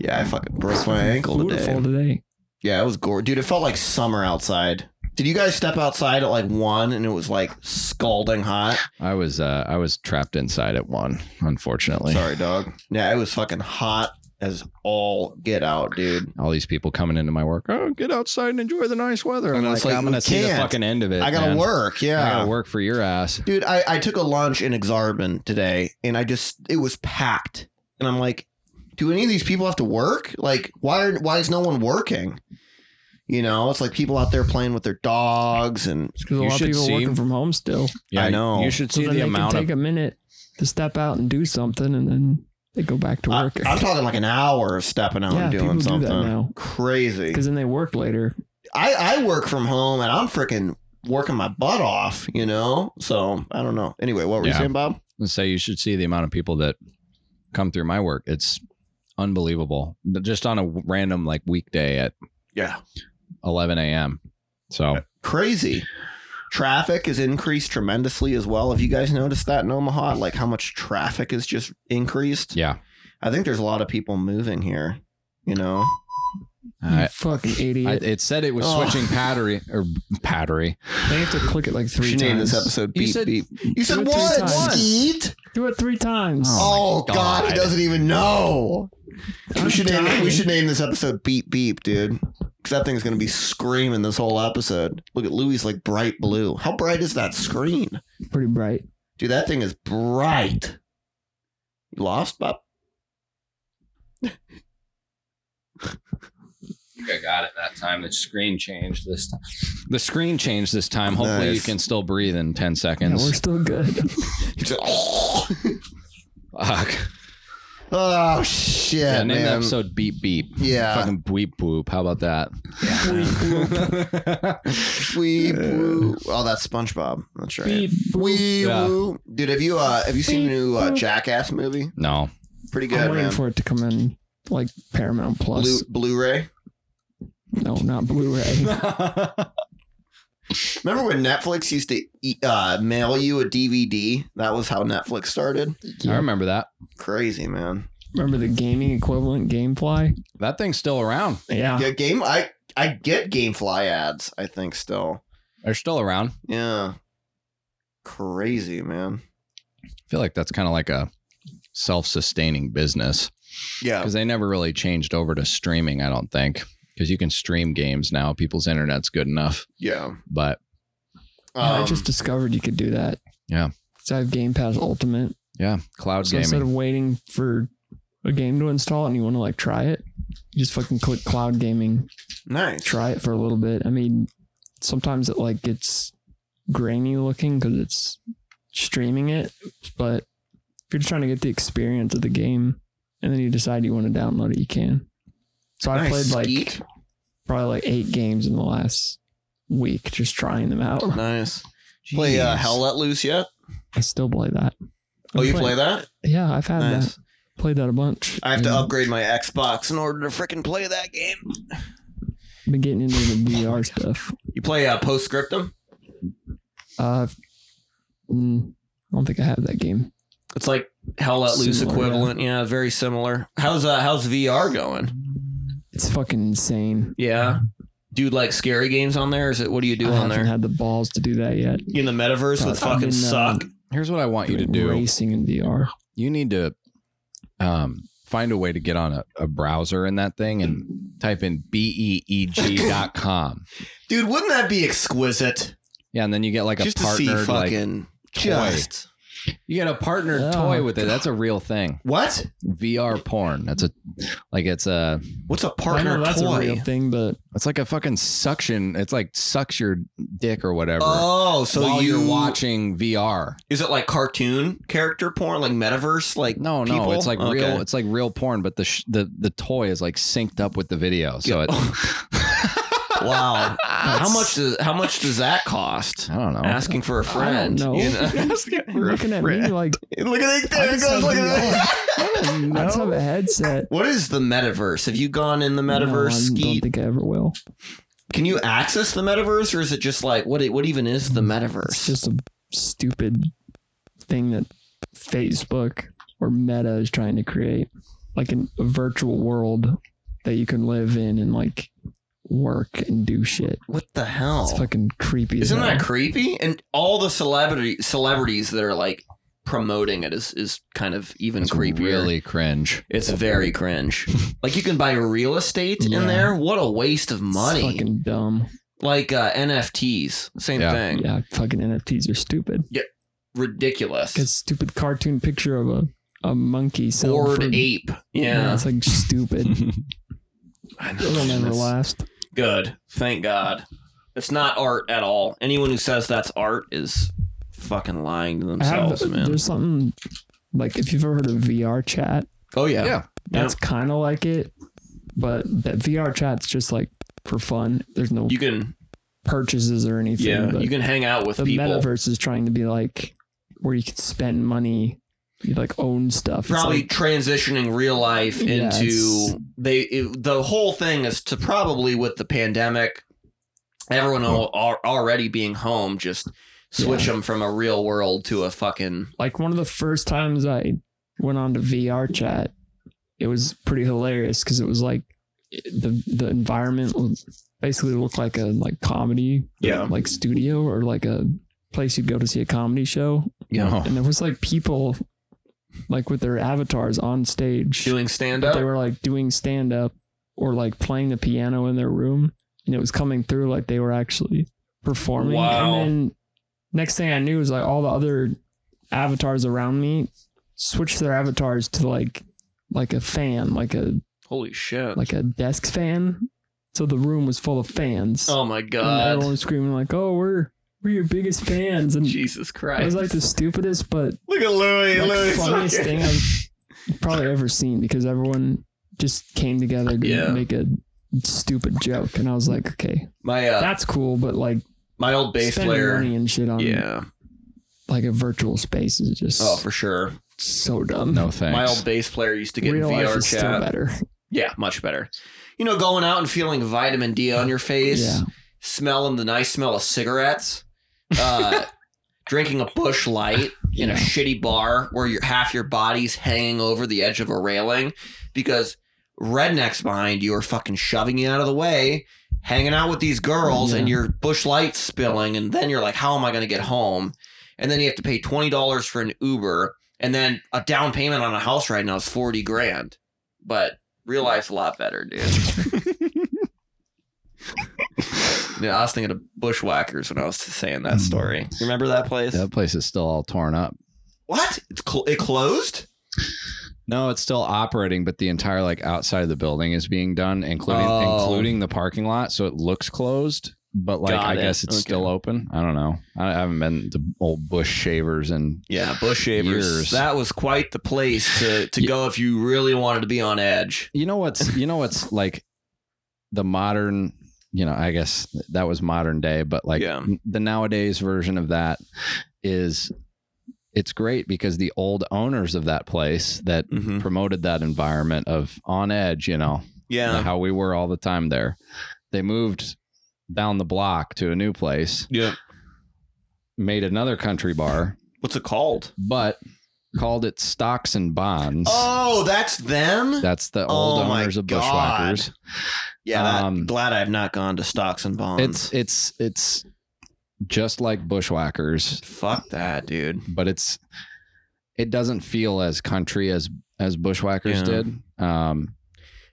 Speaker 1: Yeah, I fucking broke my ankle
Speaker 3: Beautiful
Speaker 1: today.
Speaker 3: today.
Speaker 1: Yeah, it was gorgeous, dude. It felt like summer outside. Did you guys step outside at like one and it was like scalding hot?
Speaker 2: I was uh I was trapped inside at one, unfortunately.
Speaker 1: Sorry, dog. Yeah, it was fucking hot as all get out, dude.
Speaker 2: All these people coming into my work. Oh, get outside and enjoy the nice weather. And
Speaker 1: And
Speaker 2: I'm
Speaker 1: it's
Speaker 2: like,
Speaker 1: like,
Speaker 2: I'm gonna
Speaker 1: we
Speaker 2: see the
Speaker 1: can't.
Speaker 2: fucking end of it.
Speaker 1: I gotta
Speaker 2: man.
Speaker 1: work. Yeah,
Speaker 2: I gotta work for your ass.
Speaker 1: dude I, I took a lunch in exarban today and i just it was packed and i'm like do any of these people have to work like why are, why is no one working you know it's like people out there playing with their dogs and
Speaker 3: It's because a
Speaker 2: You
Speaker 3: lot of
Speaker 2: should
Speaker 3: people are
Speaker 2: see-
Speaker 3: working from home still.
Speaker 1: I know.
Speaker 2: You should
Speaker 3: So
Speaker 2: see
Speaker 3: then
Speaker 2: the
Speaker 3: they
Speaker 2: amount
Speaker 3: can
Speaker 2: of
Speaker 3: take a minute to step out and do something, and then they go back to
Speaker 1: I,
Speaker 3: work.
Speaker 1: i'm talking like an hour of stepping out
Speaker 3: yeah,
Speaker 1: and
Speaker 3: people
Speaker 1: doing
Speaker 3: do that
Speaker 1: something
Speaker 3: now
Speaker 1: crazy
Speaker 3: because then they work later.
Speaker 1: I, I work from home and i'm freaking working my butt off you know so i don't know anyway what were you
Speaker 2: Yeah.
Speaker 1: saying bob
Speaker 2: and say you should see the amount of people that come through my work. It's unbelievable. But Just on a random like weekday at
Speaker 1: yeah
Speaker 2: 11 a.m. So
Speaker 1: crazy. Traffic has increased tremendously as well. Have you guys noticed that in Omaha? Like how much traffic has just increased?
Speaker 2: yeah,
Speaker 1: I think there's a lot of people moving here. You know,
Speaker 3: You
Speaker 2: I,
Speaker 3: fucking
Speaker 2: I,
Speaker 3: idiot!
Speaker 2: it said it was
Speaker 1: Oh.
Speaker 2: switching battery or battery.
Speaker 3: they have to click it like three
Speaker 1: you named
Speaker 3: times.
Speaker 1: this episode
Speaker 2: You
Speaker 1: beep
Speaker 2: said-
Speaker 1: beep. You said
Speaker 3: said three
Speaker 1: what?
Speaker 3: times.
Speaker 1: Skeet?
Speaker 3: Do it three times.
Speaker 1: Oh,
Speaker 2: Oh my
Speaker 1: God.
Speaker 2: God.
Speaker 1: he doesn't even know.
Speaker 3: I'm
Speaker 1: Oh, We should name
Speaker 3: dying.
Speaker 1: we should name this episode beep beep, dude. Because that thing's gonna be screaming this whole episode. Look at Louie's like bright blue. How bright is that screen?
Speaker 3: Pretty bright.
Speaker 1: Dude, that thing is bright. You lost, Bob?
Speaker 2: think I got it that time. The screen changed this time. The screen changed this time. Hopefully, you
Speaker 1: Nice.
Speaker 2: can still breathe in 10
Speaker 3: Yeah, we're
Speaker 2: seconds.
Speaker 3: still good.
Speaker 1: He's like, oh,
Speaker 2: Fuck.
Speaker 1: shit,
Speaker 2: Yeah, name the
Speaker 1: Oh, man.
Speaker 2: episode Beep Beep.
Speaker 1: Yeah.
Speaker 2: Fucking Bleep Boop. How about that?
Speaker 1: Wee woo. Oh, that's SpongeBob. That's right.
Speaker 3: Beep, boop.
Speaker 1: Wee
Speaker 2: Yeah.
Speaker 1: woo. Dude, have you uh have you seen the new uh,
Speaker 3: Beep, boop.
Speaker 1: Jackass movie?
Speaker 2: no.
Speaker 1: Pretty
Speaker 3: I'm
Speaker 1: good,
Speaker 3: waiting
Speaker 1: man.
Speaker 3: for it to come in like Paramount
Speaker 1: Blue
Speaker 3: Plus.
Speaker 1: Blu-ray.
Speaker 3: No, not Blu-ray.
Speaker 1: Remember when Netflix used to e- uh, mail you a DVD? That was how Netflix started.
Speaker 2: I
Speaker 3: Yeah.
Speaker 2: remember that.
Speaker 1: Crazy, man.
Speaker 3: Remember the gaming equivalent, GameFly?
Speaker 2: That thing's still around.
Speaker 3: Yeah.
Speaker 1: Yeah, game. I I get GameFly ads. I think still.
Speaker 2: They're still around.
Speaker 1: Yeah. Crazy, man.
Speaker 2: I feel like that's kind of like a self sustaining business
Speaker 1: Yeah.
Speaker 2: because they never really changed over to streaming, I don't think. Because you can stream games now. People's internet's good enough.
Speaker 1: Yeah.
Speaker 2: But
Speaker 3: Yeah, I
Speaker 1: Um,
Speaker 3: just discovered you could do that.
Speaker 2: Yeah.
Speaker 3: So I have Game Pass Ultimate.
Speaker 2: yeah, cloud
Speaker 3: So instead
Speaker 2: gaming.
Speaker 3: of waiting for a game to install and you want to like try it, you just fucking click cloud gaming,
Speaker 1: nice.
Speaker 3: try it for a little bit. I mean, sometimes it like gets grainy looking because it's streaming it, but if you're just trying to get the experience of the game and then you decide you want to download it, you can. So I
Speaker 1: Nice.
Speaker 3: played like
Speaker 1: Skeet.
Speaker 3: probably like eight games in the last week, just trying them out.
Speaker 1: Nice. Play uh,
Speaker 2: Jeez.
Speaker 1: Hell Let Loose yet?
Speaker 3: I still play that.
Speaker 1: Oh,
Speaker 3: I
Speaker 1: you play that?
Speaker 3: Yeah, I've had
Speaker 1: Nice. Mm-hmm.
Speaker 3: that. Played that a bunch.
Speaker 1: I have to
Speaker 3: And
Speaker 1: upgrade my Xbox in order to frickin' play that game.
Speaker 3: Been getting into the VR stuff.
Speaker 1: You play uh, Postscriptum?
Speaker 3: Uh, mm, I don't think I have that game.
Speaker 1: It's like Hell Let Loose
Speaker 3: Similar,
Speaker 1: equivalent. Yeah. very similar. How's uh, how's VR going?
Speaker 3: It's fucking insane.
Speaker 1: Yeah. Do you like scary games on there? Is it what do you do
Speaker 3: I
Speaker 1: on
Speaker 3: haven't
Speaker 1: there?
Speaker 3: had the balls to do that yet.
Speaker 1: You in the metaverse with
Speaker 3: I've
Speaker 1: fucking
Speaker 3: been, uh,
Speaker 1: suck?
Speaker 2: Here's what I want you to
Speaker 3: doing
Speaker 2: do.
Speaker 3: racing in VR.
Speaker 2: you need to um, find a way to get on a, a browser in that thing and type in E beeg.com.
Speaker 1: Dude, wouldn't that be exquisite?
Speaker 2: Yeah, and then you get like a
Speaker 1: just to see
Speaker 2: partnered like
Speaker 1: fucking just
Speaker 2: you get a partnered
Speaker 3: Oh,
Speaker 2: toy with it. That's a real thing.
Speaker 1: what?
Speaker 2: VR porn. That's a like it's a
Speaker 1: What's a
Speaker 3: I
Speaker 1: partner
Speaker 3: know that's a
Speaker 1: toy?
Speaker 3: real thing, but
Speaker 2: it's like a fucking suction. It's like sucks your dick or whatever.
Speaker 1: Oh,
Speaker 2: so
Speaker 1: so
Speaker 2: while
Speaker 1: you
Speaker 2: you're watching VR.
Speaker 1: Is it like cartoon character porn, like metaverse, like
Speaker 2: No, no,
Speaker 1: people?
Speaker 2: it's like
Speaker 1: Okay.
Speaker 2: real. It's like real porn, but the sh- the the toy is like synked up with the video, so
Speaker 1: Yeah.
Speaker 2: it
Speaker 1: Wow. how much does how much does that cost?
Speaker 2: I don't know.
Speaker 1: Asking for a friend.
Speaker 3: know.
Speaker 1: you know?
Speaker 3: You're looking at me like
Speaker 1: look at it. There
Speaker 3: I
Speaker 1: it
Speaker 3: just
Speaker 1: goes.
Speaker 3: have
Speaker 1: Look at
Speaker 3: VR.
Speaker 1: that.
Speaker 3: I just have a headset.
Speaker 1: What is the metaverse? Have you gone in the metaverse?
Speaker 3: No, I
Speaker 1: ski?
Speaker 3: don't think I ever will.
Speaker 1: Can you access the metaverse, or is it just like what? What even is the
Speaker 3: It's
Speaker 1: metaverse?
Speaker 3: just a stupid thing that Facebook or Meta is trying to create, like an, a virtual world that you can live in and like work and do shit.
Speaker 1: What the hell?
Speaker 3: It's fucking creepy. as
Speaker 1: Oh. Isn't that
Speaker 3: hell.
Speaker 1: creepy? And all the celebrity celebrities that are like promoting it is is kind of even
Speaker 2: It's
Speaker 1: creepier.
Speaker 2: really cringe.
Speaker 1: It's very cringe. like you can buy real estate
Speaker 3: Yeah.
Speaker 1: in there. What a waste of
Speaker 3: It's
Speaker 1: money.
Speaker 3: fucking dumb.
Speaker 1: like uh, NFTs, same
Speaker 2: Yeah.
Speaker 1: thing.
Speaker 3: Yeah, fucking NFTs are stupid.
Speaker 1: Ridiculous.
Speaker 3: Like a stupid cartoon picture of a, a monkey. selling
Speaker 1: Bored
Speaker 3: fruit.
Speaker 1: ape.
Speaker 3: Yeah,
Speaker 1: Yeah.
Speaker 3: it's like stupid.
Speaker 1: I know,
Speaker 3: It'll never
Speaker 1: that's
Speaker 3: last.
Speaker 1: Good. Thank God. It's not art at all. Anyone who says that's art is fucking lying to
Speaker 3: I have,
Speaker 1: themselves, man.
Speaker 3: There's something like if you've ever heard of VR chat,
Speaker 1: Oh yeah.
Speaker 2: Yeah.
Speaker 3: that's kind of like it, but that VR chat's just like for fun. There's no
Speaker 1: You can
Speaker 3: purchases or anything.
Speaker 1: yeah,
Speaker 3: but
Speaker 1: you can hang out with
Speaker 3: the
Speaker 1: people.
Speaker 3: metaverse is trying to be like where you can spend money, you like own stuff. It's
Speaker 1: probably
Speaker 3: like-
Speaker 1: transitioning real life
Speaker 3: Yeah, it's-
Speaker 1: into they it, the whole thing is to probably with the pandemic everyone al- al- already being home just switch them from a real world to a fucking
Speaker 3: like one of the first times I went on to VR chat, it was pretty hilarious because it was like the the environment was- basically looked like a like comedy
Speaker 1: Yeah.
Speaker 3: like studio or like a place you'd go to see a comedy show
Speaker 1: you
Speaker 2: Oh.
Speaker 1: know
Speaker 3: and there was like people like with their avatars on stage
Speaker 1: doing stand
Speaker 3: but they
Speaker 1: up
Speaker 3: were like doing stand up or like playing the piano in their room and it was coming through like they were actually performing
Speaker 1: Wow.
Speaker 3: and then next thing i knew was like all the other avatars around me switched their avatars to like like a fan like a
Speaker 1: holy shit
Speaker 3: like a desk fan so the room was full of fans
Speaker 1: oh my
Speaker 3: and everyone
Speaker 1: god
Speaker 3: was screaming like oh we're we're your biggest fans and
Speaker 1: jesus
Speaker 3: it
Speaker 1: christ
Speaker 3: was like the stupidest but
Speaker 1: look at louis
Speaker 3: like,
Speaker 1: louis
Speaker 3: funniest thing I've probably ever seen because everyone just came together to
Speaker 1: Yeah.
Speaker 3: make a stupid joke, and I was like, okay,
Speaker 1: my uh,
Speaker 3: that's cool, but like
Speaker 1: my old bass
Speaker 3: spending
Speaker 1: player
Speaker 3: money and shit on
Speaker 1: yeah
Speaker 3: like a virtual space is just
Speaker 1: oh for sure
Speaker 3: so dumb.
Speaker 2: No thanks.
Speaker 1: my old bass player used to get in
Speaker 3: Real life is
Speaker 1: vr
Speaker 3: still
Speaker 1: chat
Speaker 3: better.
Speaker 1: Yeah, much better. You know, going out and feeling vitamin D on your face,
Speaker 3: Yeah.
Speaker 1: smelling the nice smell of cigarettes, uh, drinking a bush light in a
Speaker 3: Yeah.
Speaker 1: shitty bar where your half your body's hanging over the edge of a railing because rednecks behind you are fucking shoving you out of the way, hanging out with these girls, and
Speaker 3: Yeah.
Speaker 1: your bush light's spilling, and then you're like, how am I going to get home? And then you have to pay twenty dollars for an Uber, and then a down payment on a house right now is forty grand. But real life's a lot better, dude. yeah, I was thinking of bushwhackers when I was saying that story. You remember that place?
Speaker 2: that place is still all torn up.
Speaker 1: What? It's cl- it closed?
Speaker 2: No, it's still operating, but the entire like outside of the building is being done, including
Speaker 1: Oh.
Speaker 2: including the parking lot. So it looks closed, but like
Speaker 1: Got
Speaker 2: I
Speaker 1: it.
Speaker 2: guess it's
Speaker 1: Okay.
Speaker 2: still open. I don't know. I I haven't been to old bush shavers and
Speaker 1: Yeah, bush shavers.
Speaker 2: Years.
Speaker 1: That was quite the place to to go if you really wanted to be on edge.
Speaker 2: you know what's you know what's like the modern you know i guess that was modern day but like
Speaker 1: Yeah.
Speaker 2: n- the nowadays version of that is it's great because the old owners of that place that
Speaker 1: Mm-hmm.
Speaker 2: promoted that environment of on edge you know
Speaker 1: Yeah.
Speaker 2: how we were all the time there they moved down the block to a new place
Speaker 1: Yeah.
Speaker 2: made another country bar
Speaker 1: What's it called?
Speaker 2: but called it stocks and bonds
Speaker 1: Oh, that's them.
Speaker 2: that's the old
Speaker 1: Oh my
Speaker 2: owners of
Speaker 1: God.
Speaker 2: bushwhackers
Speaker 1: yeah, that-
Speaker 2: um,
Speaker 1: glad I have not gone to stocks and bonds.
Speaker 2: It's it's it's just like bushwhackers,
Speaker 1: Fuck that, dude.
Speaker 2: but it's it doesn't feel as country as as bushwhackers
Speaker 1: Yeah.
Speaker 2: did. Um,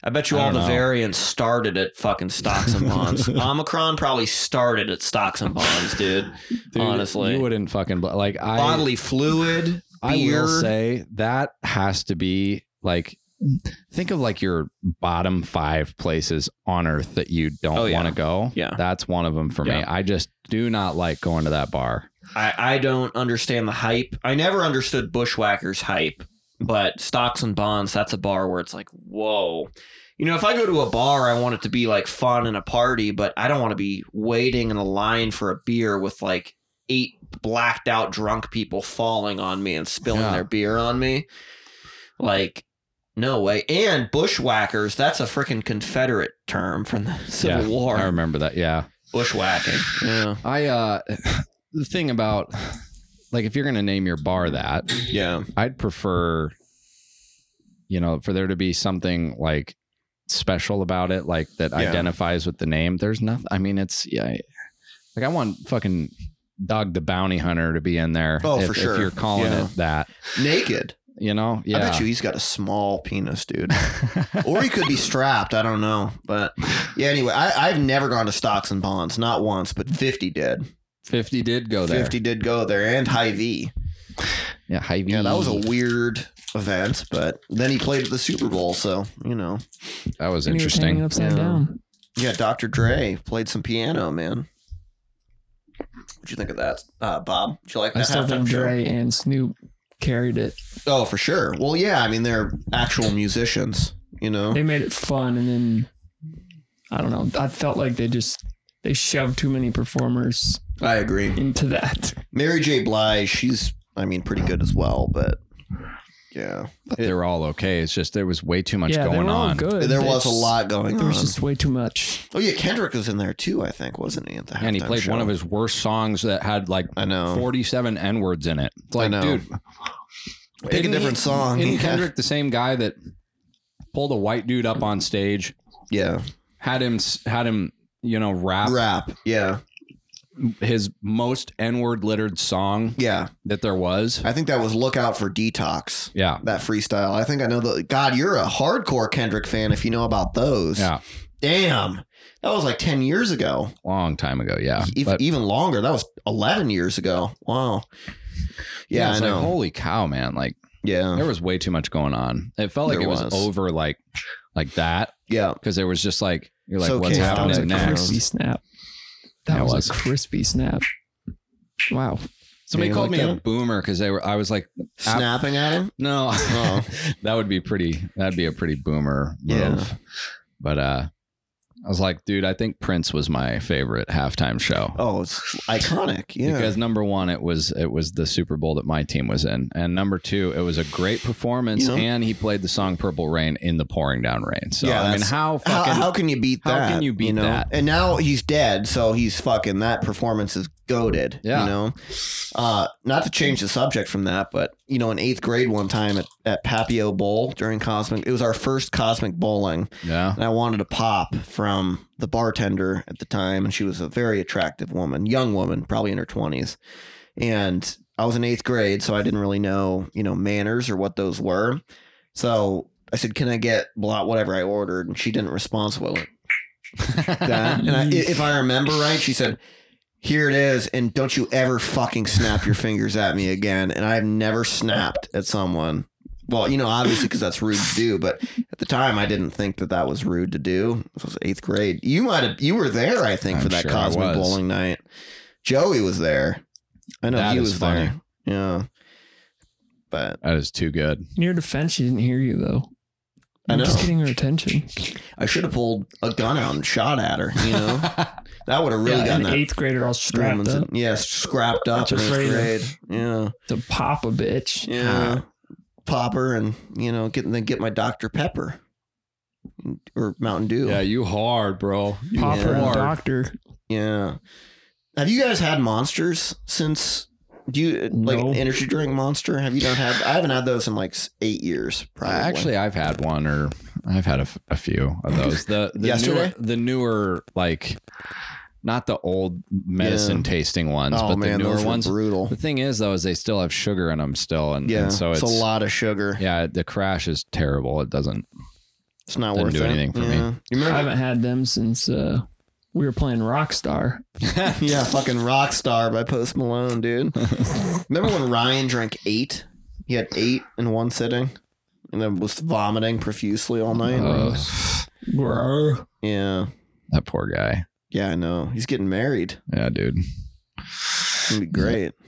Speaker 1: I bet you
Speaker 2: I
Speaker 1: all
Speaker 2: don't
Speaker 1: the
Speaker 2: know.
Speaker 1: variants started at fucking stocks and bonds. Omicron probably started at stocks and bonds, dude.
Speaker 2: dude,
Speaker 1: Honestly.
Speaker 2: you wouldn't fucking bl- like I.
Speaker 1: Bodily fluid.
Speaker 2: I
Speaker 1: beer.
Speaker 2: will say that has to be like think of like your bottom five places on earth that you don't
Speaker 1: Oh, yeah.
Speaker 2: want to go.
Speaker 1: Yeah.
Speaker 2: that's one of them for me.
Speaker 1: Yeah.
Speaker 2: I just do not like going to that bar.
Speaker 1: I, I don't understand the hype. I never understood Bushwhackers hype, but stocks and bonds, that's a bar where it's like, whoa. You know, if I go to a bar, I want it to be like fun and a party, but I don't want to be waiting in a line for a beer with like eight blacked out drunk people falling on me and spilling
Speaker 2: Yeah.
Speaker 1: their beer on me. Like, no way. And bushwhackers, that's a freaking Confederate term from the Civil
Speaker 2: Yeah,
Speaker 1: War.
Speaker 2: I remember that. Yeah.
Speaker 1: Bushwhacking. Yeah.
Speaker 2: I uh the thing about like if you're gonna name your bar that,
Speaker 1: Yeah.
Speaker 2: I'd prefer you know, for there to be something like special about it, like that
Speaker 1: Yeah.
Speaker 2: identifies with the name. There's nothing I mean it's yeah I- like I want fucking Dog the Bounty Hunter to be in there.
Speaker 1: Oh,
Speaker 2: if,
Speaker 1: for sure.
Speaker 2: If you're calling
Speaker 1: Yeah.
Speaker 2: it that.
Speaker 1: Naked.
Speaker 2: You know? Yeah.
Speaker 1: I bet you he's got a small penis, dude. or he could be strapped. I don't know. But yeah, anyway, I, I've never gone to stocks and bonds, not once, but 50 did.
Speaker 2: Fifty did go there.
Speaker 1: 50 did go there and Hy-Vee.
Speaker 2: Yeah, hy
Speaker 1: Yeah, that was a weird event, but then he played at the Super Bowl, so, you know.
Speaker 2: that was
Speaker 3: And he was hanging
Speaker 2: interesting.
Speaker 3: upside
Speaker 1: Yeah.
Speaker 3: down.
Speaker 1: Yeah, Dr. Dre played some piano, man. What'd you think of that, uh, Bob? Did you like that?
Speaker 3: I still
Speaker 1: halftime
Speaker 3: think
Speaker 1: show?
Speaker 3: Dre and Snoop carried it.
Speaker 1: Oh, for sure. Well, yeah, I mean, they're actual musicians, you know?
Speaker 3: They made it fun, and then I don't know. I felt like they just they shoved too many performers
Speaker 1: I agree.
Speaker 3: into that.
Speaker 1: Mary J. Blige, she's I mean pretty good as well, but yeah,
Speaker 2: But they were all okay. It's just there was way too much
Speaker 3: yeah, they
Speaker 2: going
Speaker 3: were all
Speaker 2: on.
Speaker 3: good.
Speaker 1: there
Speaker 3: They
Speaker 1: was a
Speaker 3: just-
Speaker 1: lot going
Speaker 3: There
Speaker 1: on.
Speaker 3: was just way too much.
Speaker 1: oh yeah, Kendrick was in there too, I think, wasn't he? At the
Speaker 2: And he
Speaker 1: halftime
Speaker 2: played one
Speaker 1: show?
Speaker 2: of his worst songs that had like
Speaker 1: I know.
Speaker 2: 47 N words in it. It's like,
Speaker 1: know.
Speaker 2: dude,
Speaker 1: Pick a
Speaker 2: isn't
Speaker 1: different
Speaker 2: he-
Speaker 1: song.
Speaker 2: Isn't
Speaker 1: Yeah.
Speaker 2: Kendrick the same guy that pulled a white dude up on stage,
Speaker 1: yeah,
Speaker 2: had him, s- had him, you know, rap
Speaker 1: rap. Yeah,
Speaker 2: his most N word littered song
Speaker 1: yeah.
Speaker 2: that there was?
Speaker 1: I think that was "Look Out for Detox."
Speaker 2: Yeah.
Speaker 1: That freestyle. I think I know the. God, you're a hardcore Kendrick fan if you know about those.
Speaker 2: Yeah.
Speaker 1: Damn, that was like ten years ago.
Speaker 2: Long time ago. Yeah.
Speaker 1: If,
Speaker 2: But-
Speaker 1: even longer. That was eleven years ago. Wow. Yeah,
Speaker 2: it's
Speaker 1: I know.
Speaker 2: Like, holy cow, man. Like,
Speaker 1: yeah,
Speaker 2: there was way too much going on. It felt like
Speaker 1: There
Speaker 2: it was,
Speaker 1: was.
Speaker 2: over, like, like that.
Speaker 1: yeah.
Speaker 2: Cause there was just like, you're like,
Speaker 1: So
Speaker 2: what's
Speaker 1: Kate,
Speaker 3: That was a
Speaker 2: happening next?
Speaker 3: crispy snap. That
Speaker 2: Yeah, it
Speaker 3: was,
Speaker 2: was.
Speaker 3: a crispy snap. Wow.
Speaker 2: Somebody
Speaker 1: Yeah,
Speaker 2: called
Speaker 1: like
Speaker 2: me a
Speaker 1: that.
Speaker 2: boomer because they were. I was like,
Speaker 1: Snapping at him.
Speaker 2: no,
Speaker 1: Oh.
Speaker 2: that would be pretty. That'd be a pretty boomer move.
Speaker 1: Yeah.
Speaker 2: But uh, I was like, dude, I think Prince was my favorite halftime show
Speaker 1: Oh, it's iconic. Yeah.
Speaker 2: because number one, it was it was the Super Bowl that my team was in, and number two, it was a great performance,
Speaker 1: You know?
Speaker 2: and he played the song "Purple Rain" in the pouring down rain. So
Speaker 1: Yeah,
Speaker 2: I mean,
Speaker 1: that's-
Speaker 2: how
Speaker 1: how,
Speaker 2: fucking
Speaker 1: how can you beat
Speaker 2: how
Speaker 1: that?
Speaker 2: can you beat
Speaker 1: know?
Speaker 2: that?
Speaker 1: And now he's dead, so he's fucking that performance is goaded.
Speaker 2: Yeah.
Speaker 1: You know? Uh not to change the subject from that, but you know, in eighth grade one time at, at Papio Bowl during Cosmic it was our first cosmic bowling.
Speaker 2: yeah,
Speaker 1: And I wanted a pop from the bartender at the time, and she was a very attractive woman, young woman, probably in her twenties. And I was in eighth grade, so I didn't really know, you know, manners or what those were. So I said, "Can I get blah whatever I ordered?" And she didn't respond. So I went, that. And I, i- if I remember right, she said, "Here it is, and don't you ever fucking snap your fingers at me again." And I've never snapped at someone. Well, you know, obviously because that's rude to do, but at the time I didn't think that that was rude to do. This was eighth grade. You might have you were there, I think, for
Speaker 2: I'm
Speaker 1: that
Speaker 2: sure I
Speaker 1: Cosmic
Speaker 2: was.
Speaker 1: bowling night. Joey was there. I know
Speaker 2: That
Speaker 1: he
Speaker 2: is
Speaker 1: was funny.
Speaker 2: funny.
Speaker 1: Yeah, but
Speaker 2: that is too good.
Speaker 3: In your defense, she didn't hear you though.
Speaker 1: I
Speaker 3: You're Just
Speaker 1: know.
Speaker 3: getting her attention.
Speaker 1: I should have pulled a gun out and shot at her. You know, that would have really
Speaker 3: yeah,
Speaker 1: gotten
Speaker 3: an
Speaker 1: that
Speaker 3: eighth grader all strapped
Speaker 1: Woman's
Speaker 3: up.
Speaker 1: yeah, scrapped up in
Speaker 3: That's
Speaker 1: eighth grade.
Speaker 3: afraid.
Speaker 1: Yeah,
Speaker 3: to pop a bitch.
Speaker 1: yeah. Popper and you know, getting then get my Dr Pepper or Mountain Dew.
Speaker 2: Yeah,
Speaker 1: Yeah.
Speaker 2: you hard, bro. You
Speaker 3: Popper and
Speaker 2: hard.
Speaker 3: doctor.
Speaker 1: Have you guys had monsters since? Do you like
Speaker 3: No.
Speaker 1: energy drink monster? Have you not had? I haven't had those in like s- eight years. Probably.
Speaker 2: Actually, I've had one or I've had a, f- a few of those. The, the
Speaker 1: Yesterday?
Speaker 2: newer, the newer like not the old medicine
Speaker 1: Yeah.
Speaker 2: tasting ones,
Speaker 1: oh
Speaker 2: but
Speaker 1: man,
Speaker 2: the newer
Speaker 1: those were
Speaker 2: ones.
Speaker 1: brutal.
Speaker 2: The thing is though is they still have sugar in them still and,
Speaker 1: Yeah,
Speaker 2: and so it's,
Speaker 1: a lot of sugar.
Speaker 2: Yeah, the crash is terrible. It doesn't.
Speaker 1: It's not
Speaker 2: Didn't
Speaker 1: worth
Speaker 2: do
Speaker 1: it.
Speaker 2: anything for me.
Speaker 1: Yeah. You
Speaker 3: I
Speaker 1: remember?
Speaker 3: haven't had them since uh, we were playing Rockstar.
Speaker 1: yeah, fucking rock star by Post Malone, dude. Remember when Ryan drank eight? He had eight in one sitting, and then was vomiting profusely all night.
Speaker 2: Uh,
Speaker 3: Bro.
Speaker 1: yeah,
Speaker 2: that poor guy.
Speaker 1: yeah, I know. He's getting married.
Speaker 2: Yeah, dude.
Speaker 1: It's gonna be great. E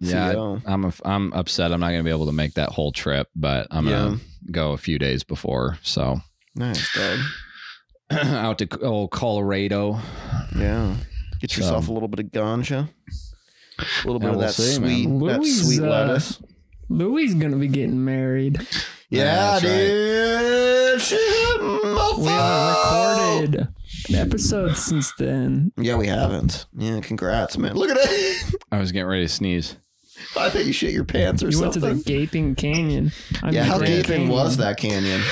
Speaker 2: Yeah,
Speaker 1: CEO.
Speaker 2: I'm a, I'm upset. I'm not gonna be able to make that whole trip, but I'm gonna go a few days before. So
Speaker 1: Nice, dude.
Speaker 2: out to old Colorado.
Speaker 1: Yeah. Get yourself a little bit of ganja. A little bit
Speaker 2: Yeah,
Speaker 1: of
Speaker 2: we'll
Speaker 1: that
Speaker 2: see, man.
Speaker 1: sweet, that
Speaker 3: Louis,
Speaker 1: sweet
Speaker 3: uh,
Speaker 1: lettuce.
Speaker 3: Louis gonna be getting married.
Speaker 1: Yeah,
Speaker 2: Yeah, that's right.
Speaker 1: dude. She hit my
Speaker 3: We haven't
Speaker 1: phone.
Speaker 3: recorded an episode since then.
Speaker 1: Yeah, we haven't. Yeah, congrats, man. Look at that.
Speaker 2: I was getting ready to sneeze.
Speaker 1: I think you shit your pants or
Speaker 3: you
Speaker 1: something.
Speaker 3: went to the gaping canyon. I
Speaker 1: yeah,
Speaker 3: mean,
Speaker 1: how
Speaker 3: Grand
Speaker 1: deep in was
Speaker 3: Canyon.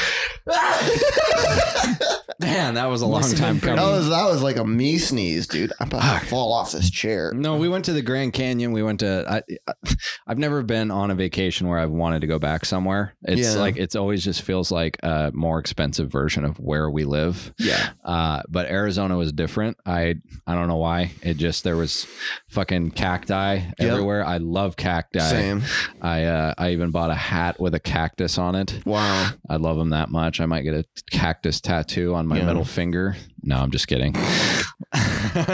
Speaker 1: that canyon?
Speaker 2: Man, that was a long
Speaker 3: Must've
Speaker 2: time
Speaker 3: been pretty-
Speaker 1: That
Speaker 2: coming.
Speaker 1: was that was like a me sneeze, dude. I'm about to fall off this chair.
Speaker 2: No, we went to the Grand Canyon. We went to. I, I've never been on a vacation where I've wanted to go back somewhere. It's
Speaker 1: Yeah.
Speaker 2: like it's always just feels like a more expensive version of where we live.
Speaker 1: Yeah,
Speaker 2: Uh, but Arizona was different. I I don't know why. It just there was fucking cacti everywhere. I love cacti.
Speaker 1: same.
Speaker 2: I uh, I even bought a hat with a cactus on it.
Speaker 1: Wow.
Speaker 2: I love them that much. I might get a cactus tattoo on my
Speaker 1: Yeah.
Speaker 2: middle finger. No, I'm just kidding.
Speaker 1: Did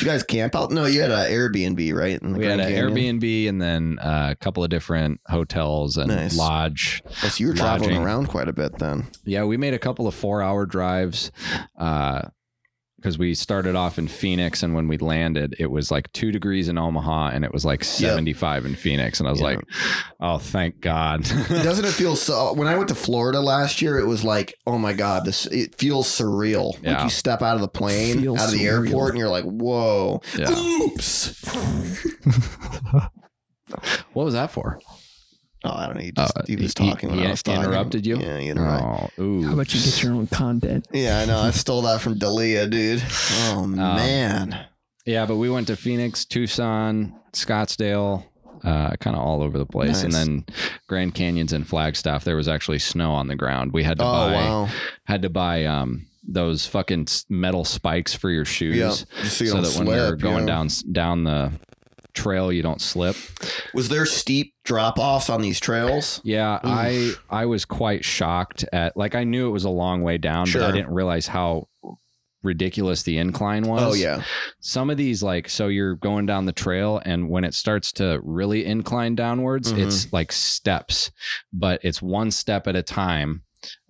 Speaker 1: you guys camp out? No, you had an Airbnb, right? in the
Speaker 2: we had
Speaker 1: Grand
Speaker 2: an
Speaker 1: Canyon?
Speaker 2: Airbnb and then uh, a couple of different hotels and
Speaker 1: Nice.
Speaker 2: lodge.
Speaker 1: Oh, so you were traveling
Speaker 2: lodging.
Speaker 1: around quite a bit then.
Speaker 2: Yeah, we made a couple of four hour drives because we started off in Phoenix. And when we landed, it was like two degrees in Omaha and it was like 75 in Phoenix. And I was
Speaker 1: Yeah.
Speaker 2: like, oh, thank God.
Speaker 1: Doesn't it feel so? When I went to Florida last year, it was like, oh my god, this it feels surreal. Like
Speaker 2: Yeah.
Speaker 1: you step out of the plane,
Speaker 3: Feels
Speaker 1: out of the
Speaker 3: surreal.
Speaker 1: airport, and you're like, whoa,
Speaker 2: yeah.
Speaker 1: oops.
Speaker 2: What was that for?
Speaker 1: Oh, I don't know. He, just,
Speaker 2: Uh,
Speaker 1: he was
Speaker 2: he-
Speaker 1: talking when
Speaker 2: he
Speaker 1: I was talking.
Speaker 2: interrupted you?
Speaker 1: Yeah, he interrupted.
Speaker 2: Oh, ooh.
Speaker 3: How about you get your own content?
Speaker 1: Yeah, I know. I stole that from Dalia, dude. Oh
Speaker 2: Um,
Speaker 1: man.
Speaker 2: Yeah, but we went to Phoenix, Tucson, Scottsdale, uh, kind of all over the place, and
Speaker 1: Nice.
Speaker 2: then Grand Canyons and Flagstaff. There was actually snow on the ground. We had to
Speaker 1: Oh
Speaker 2: buy
Speaker 1: wow.
Speaker 2: had to buy um, those fucking s- metal spikes for your shoes,
Speaker 1: Yeah. Just so you
Speaker 2: so
Speaker 1: don't
Speaker 2: that when we were
Speaker 1: slip,
Speaker 2: going
Speaker 1: yeah.
Speaker 2: down s- down the trail, you don't slip.
Speaker 1: Was there steep drop offs on these trails?
Speaker 2: Yeah, I I was quite shocked at like I knew it was a long way down, but I
Speaker 1: Sure.
Speaker 2: didn't realize how ridiculous the incline was.
Speaker 1: Oh yeah.
Speaker 2: some of these like so you're going down the trail and when it starts to really incline downwards
Speaker 1: Mhm.
Speaker 2: it's like steps but it's one step at a time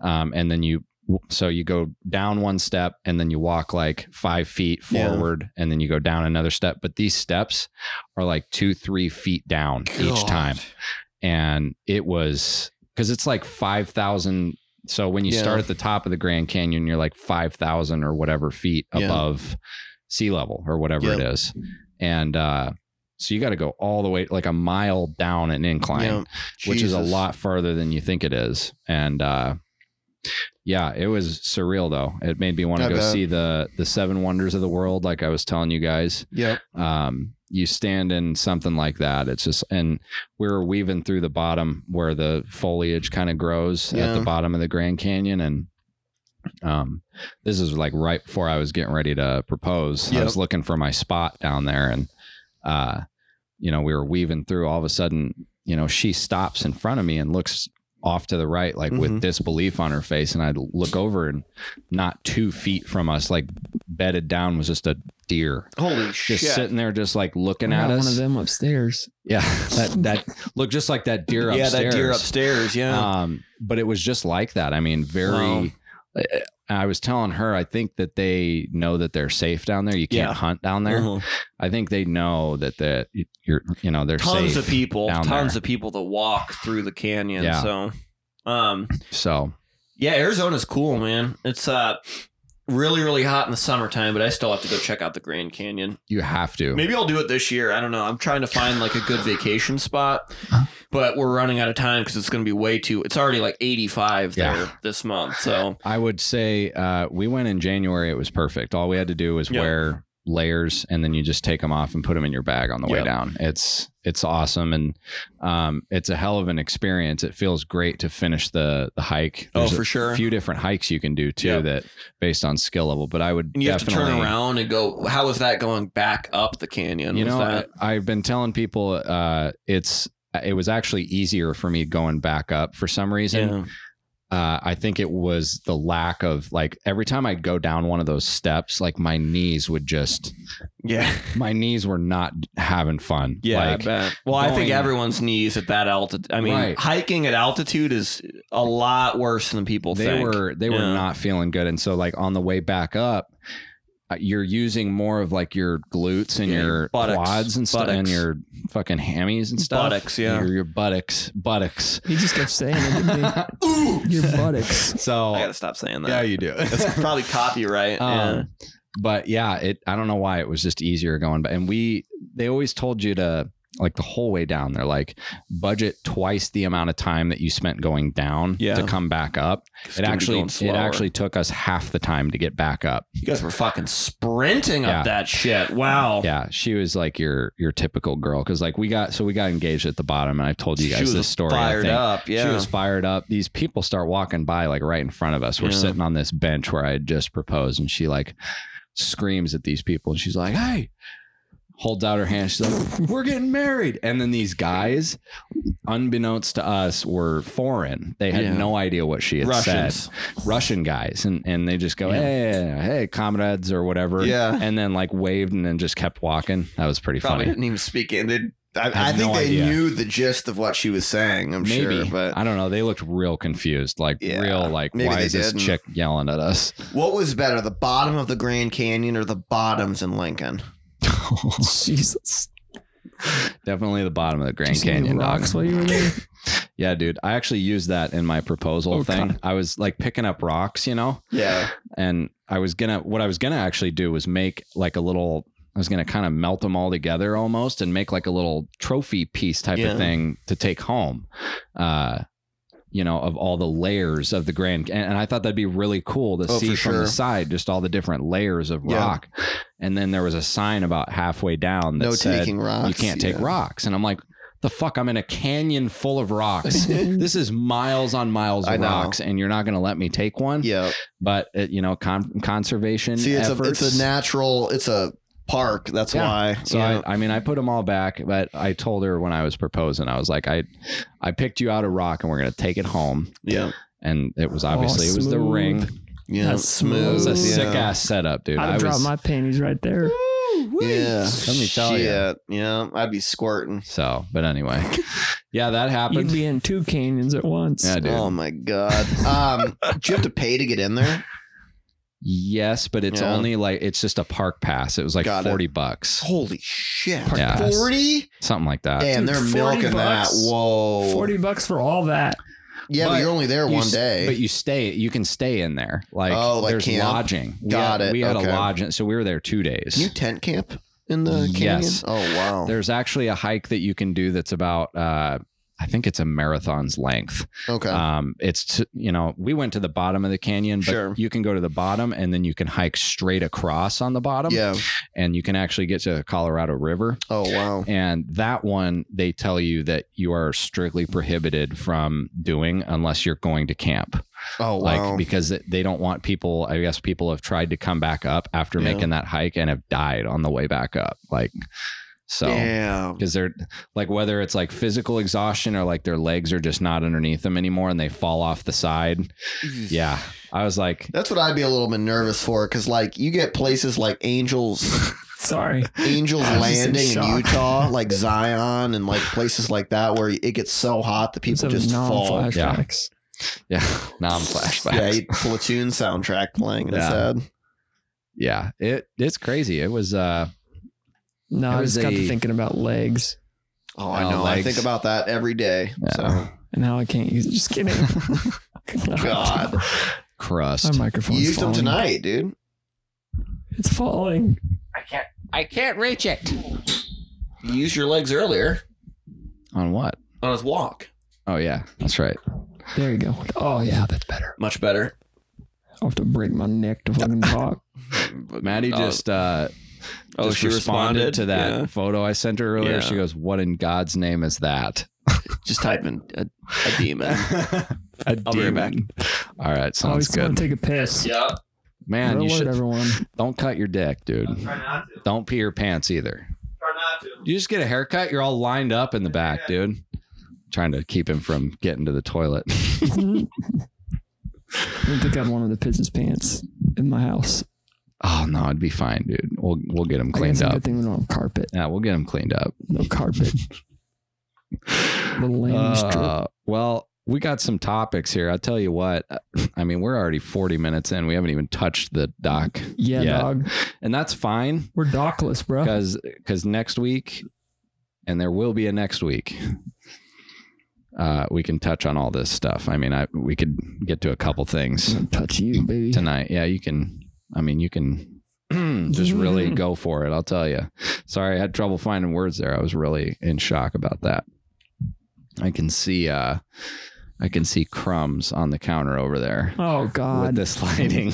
Speaker 2: um, and then you so you go down one step and then you walk like five feet
Speaker 1: Yeah.
Speaker 2: forward and then you go down another step but these steps are like two three feet down each
Speaker 1: God.
Speaker 2: time and it was because it's like 5000 so when you
Speaker 1: Yeah.
Speaker 2: start at the top of the grand canyon you're like 5000 or whatever feet
Speaker 1: Yeah.
Speaker 2: above sea level or whatever it
Speaker 1: Yep.
Speaker 2: is and uh so you got to go all the way like a mile down an incline
Speaker 1: Yeah.
Speaker 2: which is a
Speaker 1: Jesus.
Speaker 2: lot farther than you think it is and uh yeah, it was surreal though. It made me want
Speaker 1: I
Speaker 2: to go
Speaker 1: bet.
Speaker 2: see the the seven wonders of the world, like I was telling you guys
Speaker 1: Yep.
Speaker 2: um, you stand in something like that. It's just, and we were weaving through the bottom where the foliage kind of grows at
Speaker 1: Yeah.
Speaker 2: the bottom of the Grand Canyon. And um, this is like right before I was getting ready to propose. I
Speaker 1: Yep.
Speaker 2: was looking for my spot down there and, uh, you know, we were weaving through all of a sudden, you know, she stops in front of me and looks off to the right, like with
Speaker 1: Mhm.
Speaker 2: disbelief on her face. And I look over and not two feet from us, like bedded down was just a deer
Speaker 1: Holy shit.
Speaker 2: just sitting there, just like looking
Speaker 3: I
Speaker 2: at
Speaker 3: got
Speaker 2: us.
Speaker 3: one of them upstairs.
Speaker 2: Yeah, that that looked just like that deer upstairs.
Speaker 1: upstairs.
Speaker 2: Um, but it was just like that. I mean, very. I was telling her, I think that they know that they're safe down there. You can't
Speaker 1: Yeah. Uh-huh.
Speaker 2: hunt down there. I think they know that that you're, you know, they're
Speaker 5: tons
Speaker 2: safe.
Speaker 5: of people,
Speaker 2: down
Speaker 5: tons
Speaker 2: there.
Speaker 5: of people that walk through the canyon.
Speaker 2: Yeah.
Speaker 5: So, um,
Speaker 2: So
Speaker 5: yeah, Arizona's cool, man. It's uh, really, really hot in the summertime, but I still have to go check out the Grand Canyon.
Speaker 2: you have to.
Speaker 5: Maybe I'll do it this year. I don't know. I'm trying to find like a good vacation spot, but we're running out of time because it's going to be way too. It's already like 85
Speaker 2: Yeah.
Speaker 5: there this month. So,
Speaker 2: I would say uh, we went in January. It was perfect. All we had to do was
Speaker 5: Yeah.
Speaker 2: wear layers, and then you just take them off and put them in your bag on the way
Speaker 5: Yeah.
Speaker 2: down. It's it's awesome, and um, it's a hell of an experience. It feels great to finish the the hike.
Speaker 5: Oh,
Speaker 2: There's
Speaker 5: for
Speaker 2: a
Speaker 5: sure.
Speaker 2: few different hikes you can do too
Speaker 5: Yeah.
Speaker 2: that based on skill level. But I would
Speaker 5: and you have to
Speaker 2: definitely,
Speaker 5: turn around and go, how is that going back up the canyon?
Speaker 2: You
Speaker 5: Was
Speaker 2: know,
Speaker 5: that,
Speaker 2: I, I've been telling people uh, it's it was actually easier for me going back up for some reason.
Speaker 5: yeah.
Speaker 2: uh, I think it was the lack of like every time I'd go down one of those steps, like my knees would just
Speaker 5: yeah.
Speaker 2: my knees were not having fun.
Speaker 5: Yeah, I
Speaker 2: like,
Speaker 5: bet. Well, I think
Speaker 2: going-
Speaker 5: everyone's knees at that altitude. I mean,
Speaker 2: Right.
Speaker 5: hiking at altitude is a lot worse than people
Speaker 2: they
Speaker 5: think.
Speaker 2: were they were
Speaker 5: Yeah.
Speaker 2: not feeling good and so like on the way back up uh, you're using more of like your glutes and
Speaker 5: Yeah,
Speaker 2: your
Speaker 5: buttocks,
Speaker 2: quads and stuff and
Speaker 5: buttocks.
Speaker 2: your fucking hammies and stuff
Speaker 5: Buttocks, yeah.
Speaker 2: your, your buttocks buttocks
Speaker 3: He just kept saying it. Didn't he? Your buttocks.
Speaker 5: I
Speaker 2: so
Speaker 5: gotta stop saying that.
Speaker 2: yeah you do
Speaker 5: That's probably copyright. yeah.
Speaker 2: um, but yeah it i don't know why it was just easier going but and we they always told you to like the whole way down they're like budget twice the amount of time that you spent going down
Speaker 5: Yeah.
Speaker 2: to come back up
Speaker 5: It's
Speaker 2: it
Speaker 5: gonna be
Speaker 2: actually
Speaker 5: going
Speaker 2: it
Speaker 5: slower.
Speaker 2: actually took us half the time to get back up
Speaker 5: you guys were fucking sprinting
Speaker 2: Yeah.
Speaker 5: up that shit. Wow.
Speaker 2: Yeah, she was like your your typical girl because like we got so we got engaged at the bottom, and I've told you
Speaker 5: she
Speaker 2: guys
Speaker 5: was
Speaker 2: this story. I
Speaker 5: Fired
Speaker 2: think.
Speaker 5: up. Yeah.
Speaker 2: She was fired up. These people start walking by like right in front of us. We're
Speaker 5: Yeah.
Speaker 2: sitting on this bench where I had just proposed, and she like screams at these people, and she's like, "Hey!" Holds out her hand. She's like, "We're getting married!" And then these guys, unbeknownst to us, were foreign. They had
Speaker 5: Yeah.
Speaker 2: no idea what she had said.
Speaker 5: Russians.
Speaker 2: Russian guys, and and they just go, "Hey,
Speaker 5: Yeah.
Speaker 2: hey, comrades," or whatever
Speaker 1: Yeah.
Speaker 2: and then like waved and then just kept walking. That was pretty
Speaker 5: Probably
Speaker 2: funny.
Speaker 5: didn't even speak it. They-
Speaker 1: I, I,
Speaker 2: have
Speaker 1: think
Speaker 2: no
Speaker 1: they
Speaker 2: idea.
Speaker 1: knew the gist of what she was saying. I'm
Speaker 2: Maybe,
Speaker 1: sure, but
Speaker 2: I don't know. They looked real confused, like
Speaker 1: Yeah,
Speaker 2: real, like
Speaker 1: maybe
Speaker 2: why
Speaker 1: they
Speaker 2: is this
Speaker 1: didn't.
Speaker 2: chick yelling at us?
Speaker 1: what was better, the bottom of the Grand Canyon or the bottoms in Lincoln?
Speaker 3: Jesus.
Speaker 2: Definitely the bottom of the
Speaker 3: Did you
Speaker 2: Grand
Speaker 3: see any
Speaker 2: Canyon, dog.
Speaker 3: rocks while you were there.
Speaker 2: Yeah, dude. I actually used that in my proposal
Speaker 3: Oh,
Speaker 2: thing.
Speaker 3: God.
Speaker 2: I was like picking up rocks, you know,
Speaker 1: Yeah,
Speaker 2: and I was gonna what I was gonna actually do was make like a little. I was gonna kind of melt them all together almost and make like a little trophy piece type
Speaker 5: Yeah.
Speaker 2: of thing to take home. Uh, you know, of all the layers of the Grand, and, and I thought that'd be really cool to
Speaker 1: Oh,
Speaker 2: see
Speaker 1: for
Speaker 2: from
Speaker 1: sure.
Speaker 2: the side just all the different layers of
Speaker 1: Yeah.
Speaker 2: rock. And then there was a sign about halfway down that
Speaker 1: no
Speaker 2: said
Speaker 1: taking rocks.
Speaker 2: you can't take
Speaker 1: yeah.
Speaker 2: rocks, and I'm like. The fuck! I'm in a canyon full of rocks. this is miles on miles
Speaker 1: I
Speaker 2: of
Speaker 1: know.
Speaker 2: rocks, and you're not going to let me take one
Speaker 1: Yeah,
Speaker 2: but uh, you know con- conservation
Speaker 1: see, it's
Speaker 2: efforts.
Speaker 1: a it's a natural, it's a park. That's
Speaker 2: Yeah.
Speaker 1: why.
Speaker 2: so
Speaker 1: you know.
Speaker 2: I, I mean i put them all back but i told her when i was proposing i was like i i picked you out a rock and we're going to take it home
Speaker 1: yeah,
Speaker 2: and it was
Speaker 3: Oh,
Speaker 2: obviously it was the
Speaker 3: smooth.
Speaker 2: ring
Speaker 1: yeah,
Speaker 3: That's
Speaker 2: it was a
Speaker 3: Ooh.
Speaker 2: sick
Speaker 1: yeah.
Speaker 2: ass setup dude
Speaker 3: I'd have dropped
Speaker 2: was
Speaker 3: my panties right there.
Speaker 1: Yeah,
Speaker 2: Let me tell ya.
Speaker 1: Shit. Yeah, I'd be squirting.
Speaker 2: so but anyway yeah that
Speaker 3: You'd
Speaker 2: happened
Speaker 3: be in two canyons at once.
Speaker 2: yeah dude
Speaker 1: Oh my god. Um, do you have to pay to get in there?
Speaker 2: yes but it's
Speaker 1: Yeah.
Speaker 2: only like it's just a park pass it was like
Speaker 1: Got it.
Speaker 2: 40 bucks
Speaker 1: Holy shit.
Speaker 3: Park
Speaker 2: Yeah. pass.
Speaker 1: Forty?
Speaker 2: something like that
Speaker 1: Damn,
Speaker 3: Dude,
Speaker 1: they're
Speaker 3: 40
Speaker 1: milking
Speaker 3: bucks.
Speaker 1: that. Whoa.
Speaker 3: 40 bucks for all that.
Speaker 1: Yeah, but,
Speaker 2: But
Speaker 1: you're only there
Speaker 2: You
Speaker 1: one
Speaker 2: s-
Speaker 1: day.
Speaker 2: But you stay, you can stay in there. Like,
Speaker 1: Oh, like
Speaker 2: there's
Speaker 1: camp?
Speaker 2: lodging. We
Speaker 1: Got
Speaker 2: had-
Speaker 1: it.
Speaker 2: We had
Speaker 1: Okay.
Speaker 2: a lodging, so we were there two
Speaker 1: Can you
Speaker 2: days.
Speaker 1: tent camp in the canyon?
Speaker 2: Yes.
Speaker 1: Oh wow.
Speaker 2: There's actually a hike that you can do that's about, uh, I think it's a marathon's length.
Speaker 1: okay.
Speaker 2: Um, it's t- you know we went to the bottom of the canyon, but
Speaker 1: Sure.
Speaker 2: you can go to the bottom and then you can hike straight across on the bottom,
Speaker 1: yeah.
Speaker 2: and you can actually get to the Colorado River.
Speaker 1: Oh wow.
Speaker 2: And that one, they tell you that you are strictly prohibited from doing unless you're going to camp.
Speaker 1: Oh
Speaker 2: like
Speaker 1: wow.
Speaker 2: because it- they don't want people i guess people have tried to come back up after
Speaker 1: Yeah.
Speaker 2: making that hike and have died on the way back up like so
Speaker 1: yeah.
Speaker 2: because they're like whether it's like physical exhaustion or like their legs are just not underneath them anymore and they fall off the side yeah i was like
Speaker 1: That's what I'd be a little bit nervous for, because like you get places like Angels,
Speaker 3: Sorry.
Speaker 1: Angels
Speaker 3: I was just in
Speaker 1: Landing in,
Speaker 3: shock.
Speaker 1: Utah, like Zion, and like places like that where it gets so hot that people
Speaker 3: Some
Speaker 1: just fall.
Speaker 3: non-flashbacks.
Speaker 2: yeah non flashbacks
Speaker 1: Yeah, you- platoon soundtrack playing in his
Speaker 2: Yeah.
Speaker 1: head.
Speaker 2: yeah it it's crazy it was uh
Speaker 3: No,
Speaker 2: It
Speaker 3: I
Speaker 2: was
Speaker 3: just got
Speaker 2: a-
Speaker 3: to thinking about legs
Speaker 1: Oh, I
Speaker 2: Oh,
Speaker 1: know. I
Speaker 2: legs.
Speaker 1: think about that every day.
Speaker 2: Yeah.
Speaker 1: So
Speaker 3: and how I can't use it. Just kidding.
Speaker 1: God,
Speaker 3: My
Speaker 2: crust
Speaker 1: you
Speaker 3: microphone's
Speaker 1: used them
Speaker 3: falling.
Speaker 1: tonight, dude.
Speaker 3: It's falling.
Speaker 2: i can't reach it
Speaker 5: You used your legs earlier
Speaker 2: on what
Speaker 5: on his walk.
Speaker 2: oh yeah that's right
Speaker 3: There you go. Oh, yeah, that's better.
Speaker 5: Much better.
Speaker 3: I'll have to break my neck to fucking talk.
Speaker 2: maddie
Speaker 5: Oh,
Speaker 2: just uh
Speaker 5: oh,
Speaker 2: just
Speaker 5: she
Speaker 2: responded,
Speaker 5: responded
Speaker 2: to that
Speaker 5: yeah.
Speaker 2: photo I sent her earlier.
Speaker 5: Yeah.
Speaker 2: She goes, "What in God's name is that?"
Speaker 5: Just type in a, a demon.
Speaker 2: A
Speaker 5: I'll be right back.
Speaker 2: demon. All right, sounds
Speaker 3: Always going
Speaker 2: good,
Speaker 3: to Oh, take a piss.
Speaker 5: yeah.
Speaker 2: man.
Speaker 3: Real
Speaker 2: you
Speaker 3: word,
Speaker 2: should
Speaker 3: everyone.
Speaker 2: don't cut your dick, dude.
Speaker 4: Try not to.
Speaker 2: Don't pee your pants either.
Speaker 4: Try not to.
Speaker 2: You just get a haircut. You're all lined up in the back, dude. Trying to keep him from getting to the toilet.
Speaker 3: I don't think I have one of the pigeon's pants in my house.
Speaker 2: oh no, it'd be fine, dude. We'll we'll get him
Speaker 3: I guess
Speaker 2: cleaned
Speaker 3: it's a
Speaker 2: up.
Speaker 3: good thing we don't have carpet.
Speaker 2: Yeah, we'll get him cleaned up.
Speaker 3: No carpet. Little lamb's
Speaker 2: Uh, well, we got some topics here. I'll tell you what. I mean, we're already 40 minutes in. We haven't even touched the doc.
Speaker 3: Yeah,
Speaker 2: Yeah.
Speaker 3: dog.
Speaker 2: And that's fine
Speaker 3: We're dockless, bro.
Speaker 2: because because next week, and there will be a next week. Uh, we can touch on all this stuff. I mean, I we could get to a couple things
Speaker 3: Touch you, baby.
Speaker 2: tonight. Yeah, you can. I mean, you can just really go for it. I'll tell you. Sorry, I had trouble finding words there. I was really in shock about that. I can see. uh I can see crumbs on the counter over there
Speaker 3: Oh
Speaker 2: with
Speaker 3: God.
Speaker 2: this lighting.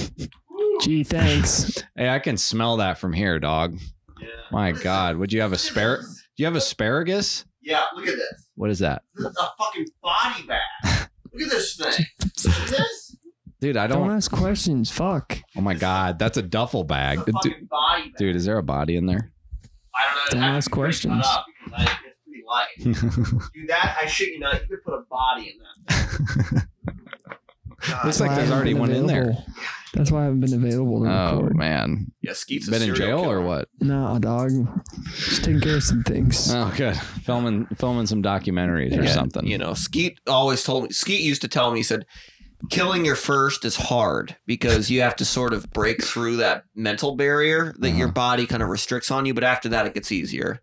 Speaker 3: Gee, thanks.
Speaker 2: hey, I can smell that from here, dog.
Speaker 5: Yeah.
Speaker 2: My God, would you have aspar? Do you have asparagus?
Speaker 5: Yeah, look at this.
Speaker 2: What is that,
Speaker 5: This is a fucking body bag. Look at this thing. See this?
Speaker 2: dude? I
Speaker 3: Don't
Speaker 2: don't.
Speaker 3: ask questions. Fuck.
Speaker 2: Oh my God, that's a duffel bag,
Speaker 5: It's a
Speaker 2: dude.
Speaker 5: fucking body bag.
Speaker 2: Dude, is there a body in there?
Speaker 5: I don't know.
Speaker 3: Don't
Speaker 5: I have
Speaker 3: ask
Speaker 5: to break that
Speaker 3: questions.
Speaker 5: up because I- it's pretty light. Do that. I shit you not. You could put a body in that. God.
Speaker 2: Looks like
Speaker 3: Why I
Speaker 2: there's
Speaker 3: haven't
Speaker 2: already
Speaker 3: been
Speaker 2: one in there.
Speaker 3: available. That's why I haven't been available to
Speaker 2: Oh
Speaker 3: record.
Speaker 2: man,
Speaker 1: Yeah, Skeet's a
Speaker 2: been in
Speaker 1: serial
Speaker 2: jail or
Speaker 1: killer.
Speaker 2: what?
Speaker 3: Nah, dog. Just taking care of some things.
Speaker 2: Oh, good. Filming filming some documentaries or
Speaker 1: Yeah,
Speaker 2: something.
Speaker 1: You know, Skeet always told me. Skeet used to tell me, he said, "Killing your first is hard because you have to sort of break through that mental barrier that your
Speaker 2: Uh-huh.
Speaker 1: body kind of restricts on you. But after that, it gets easier."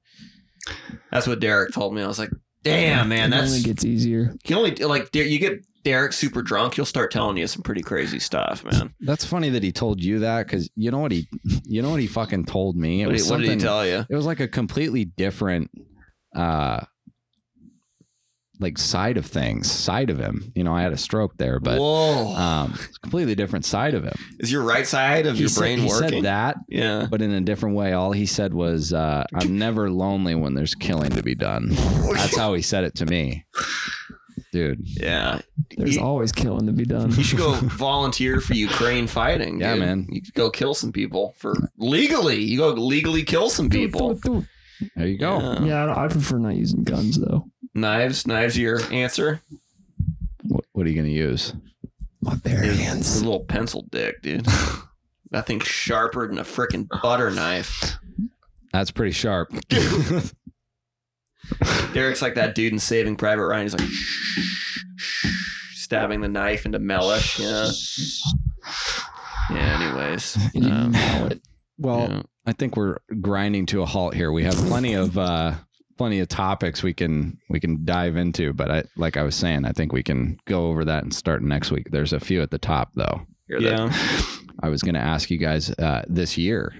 Speaker 1: That's what Derek told me. I was like, "Damn, man,
Speaker 3: it only
Speaker 1: that's
Speaker 3: gets easier.
Speaker 1: you only like Der- you get Derek super drunk, he'll start telling you some pretty crazy stuff, man."
Speaker 2: That's funny that he told you that because you know what he, you know what he fucking told me. It
Speaker 1: What,
Speaker 2: was
Speaker 1: did- what did he
Speaker 2: something-
Speaker 1: tell you?
Speaker 2: It was like a completely different, uh, like side of things, side of him. You know, I had a stroke there, but
Speaker 1: Whoa,
Speaker 2: um, it's a completely different side of him.
Speaker 1: is your right side of
Speaker 2: He
Speaker 1: your
Speaker 2: said-
Speaker 1: brain
Speaker 2: he
Speaker 1: working?
Speaker 2: said that,
Speaker 1: Yeah.
Speaker 2: but in a different way. All he said was, uh, "I'm never lonely when there's killing to be done." That's how he said it to me, dude.
Speaker 1: Yeah,
Speaker 3: There's
Speaker 1: You-
Speaker 3: always killing to be done.
Speaker 1: You should go volunteer for Ukraine fighting.
Speaker 2: Yeah,
Speaker 1: dude.
Speaker 2: man.
Speaker 1: You could go kill some people for legally. You go legally kill some people.
Speaker 2: There you go.
Speaker 1: Yeah.
Speaker 3: Yeah, I, don't- I prefer not using guns though.
Speaker 1: Knives, knives. are Your answer.
Speaker 2: What, what are you gonna use?
Speaker 3: My bare
Speaker 1: Your
Speaker 3: hands.
Speaker 1: little pencil dick, dude. That thing's sharper than a freaking butter knife.
Speaker 2: That's pretty sharp.
Speaker 1: Derek's like that dude in Saving Private Ryan. He's like shh, shh, stabbing the knife into Mellish. Yeah. Yeah. Anyways.
Speaker 3: You need
Speaker 1: um,
Speaker 3: mallet.
Speaker 2: well,
Speaker 1: yeah.
Speaker 2: I think we're grinding to a halt here. We have plenty of uh plenty of topics we can we can dive into, but I like I was saying, I think we can go over that and start next week. There's a few at the top though.
Speaker 1: Hear that?
Speaker 6: Yeah.
Speaker 2: I was going to ask you guys uh this year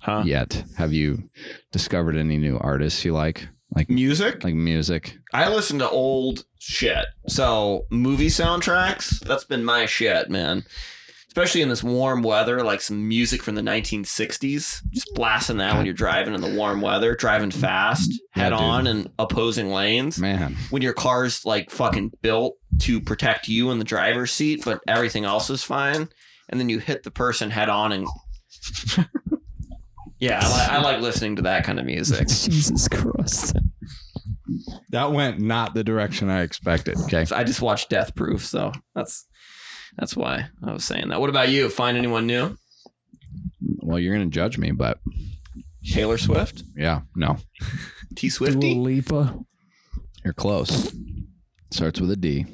Speaker 1: Huh?
Speaker 2: yet, have you discovered any new artists you like? Like
Speaker 1: Music.
Speaker 2: like music?
Speaker 1: I listen to old shit. So movie soundtracks, that's been my shit, man. Especially in this warm weather, like some music from the 1960s, just blasting that when you're driving in the warm weather, driving fast,
Speaker 2: Yeah,
Speaker 1: head
Speaker 2: dude.
Speaker 1: on and opposing lanes.
Speaker 2: Man,
Speaker 1: When your car's like fucking built to protect you in the driver's seat, but everything else is fine, and then you hit the person head on and yeah, I, li- I like listening to that kind of music.
Speaker 3: Jesus Christ.
Speaker 2: that went not the direction I expected. Okay.
Speaker 1: I just watched Death Proof, so that's that's why I was saying that. What about you? Find anyone new?
Speaker 2: Well, you're going to judge me, but
Speaker 1: Taylor Swift,
Speaker 2: yeah, no.
Speaker 1: T
Speaker 3: Dua
Speaker 1: Swifty.
Speaker 3: Lipa.
Speaker 2: You're close. Starts with a D.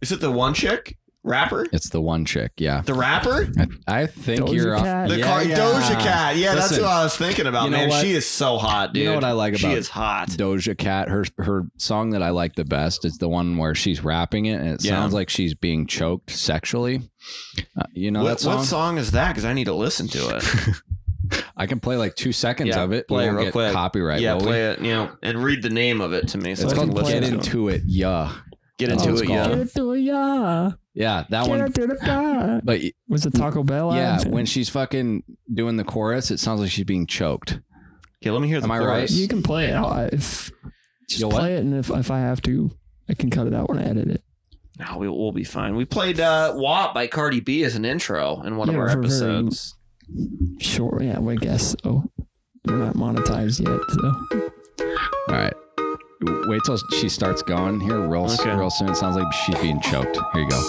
Speaker 1: Is it the one chick rapper?
Speaker 2: It's the one chick. Yeah.
Speaker 1: The rapper?
Speaker 2: I, I think
Speaker 3: Doja
Speaker 2: you're
Speaker 3: Cat.
Speaker 2: Yeah, yeah.
Speaker 1: Yeah,
Speaker 2: Listen,
Speaker 1: I was thinking about.
Speaker 2: you know what?
Speaker 1: is so hot,
Speaker 2: You know what I like
Speaker 1: she
Speaker 2: about-
Speaker 1: is hot.
Speaker 2: Doja Cat. Her her song that I like the best is the one where she's rapping it, and it
Speaker 1: Yeah.
Speaker 2: sounds like she's being choked sexually. Uh, you know
Speaker 1: what,
Speaker 2: that song?
Speaker 1: what song is that? Because I need to listen to it.
Speaker 2: I can play like two seconds
Speaker 1: Yeah,
Speaker 2: of it.
Speaker 1: play it
Speaker 2: we won't
Speaker 1: real
Speaker 2: get
Speaker 1: quick.
Speaker 2: copyright.
Speaker 1: yeah,
Speaker 2: will we?
Speaker 1: play it. You know, and read the name of it to me. So
Speaker 2: It's
Speaker 1: I can
Speaker 2: called
Speaker 1: listen
Speaker 2: "Get
Speaker 1: to it.
Speaker 2: Into It." Yeah,
Speaker 1: Get
Speaker 2: That's
Speaker 1: into
Speaker 2: what
Speaker 1: it.
Speaker 2: it's
Speaker 1: Yeah.
Speaker 2: called.
Speaker 3: Get it to ya.
Speaker 2: yeah, that
Speaker 3: Get
Speaker 2: one.
Speaker 3: it to the bar.
Speaker 2: But
Speaker 3: Was it Taco Bell?
Speaker 2: yeah,
Speaker 3: ad?
Speaker 2: when she's fucking doing the chorus, it sounds like she's being choked.
Speaker 1: Okay, let me hear the
Speaker 2: Am I
Speaker 1: chorus.
Speaker 2: right?
Speaker 3: you can play it. I'll- If just
Speaker 2: You'll what?
Speaker 3: play it, and if if I have to, I can cut it out when I edit it.
Speaker 1: No, we, we'll be fine. We played uh, WAP by Cardi B as an intro in one of
Speaker 3: Yeah,
Speaker 1: our
Speaker 3: for very-
Speaker 1: episodes.
Speaker 3: Sure. Yeah, I guess so. We're not monetized yet, so
Speaker 2: All right. Wait till she starts going here real,
Speaker 1: Okay.
Speaker 2: real soon. It sounds like she's being choked. Here you go.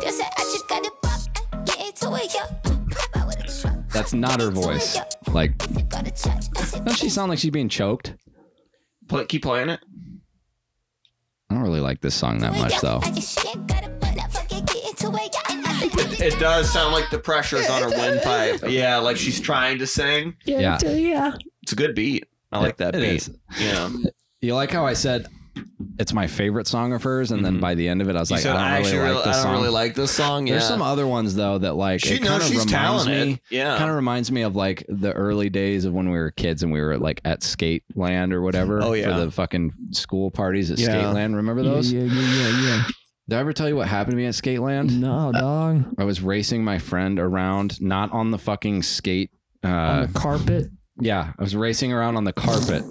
Speaker 7: That's
Speaker 2: That's not her voice. Like, doesn't she sound like she's being choked?
Speaker 1: Play, keep playing it.
Speaker 2: I don't really like this song that much though.
Speaker 5: It does sound like the pressure is on her windpipe. Yeah, like she's trying to sing.
Speaker 2: Yeah.
Speaker 5: It's a good beat. I like that
Speaker 2: It
Speaker 5: beat.
Speaker 2: is.
Speaker 5: Yeah.
Speaker 2: You like how I said it's my favorite song of hers, and then
Speaker 5: Mhm.
Speaker 2: by the end of it, I was
Speaker 5: You
Speaker 2: like,
Speaker 5: said,
Speaker 2: I don't really like
Speaker 5: I
Speaker 2: this
Speaker 5: don't
Speaker 2: song.
Speaker 5: really like this song. Yeah.
Speaker 2: There's some other ones though that like
Speaker 5: she
Speaker 2: it
Speaker 5: knows
Speaker 2: kind of
Speaker 5: she's
Speaker 2: reminds
Speaker 5: talented.
Speaker 2: me.
Speaker 5: yeah.
Speaker 2: Kind of reminds me of like the early days of when we were kids and we were like at skate land or whatever
Speaker 5: Oh, yeah.
Speaker 2: for the fucking school parties at
Speaker 5: Yeah.
Speaker 2: skate land. Remember
Speaker 3: Yeah,
Speaker 2: those?
Speaker 3: yeah, yeah, yeah,
Speaker 2: Did I ever tell you what happened to me at skate land?
Speaker 3: yeah. No, dog.
Speaker 2: I was racing my friend around, not on the fucking skate. Uh,
Speaker 3: on the carpet,
Speaker 2: yeah, I was racing around on the carpet.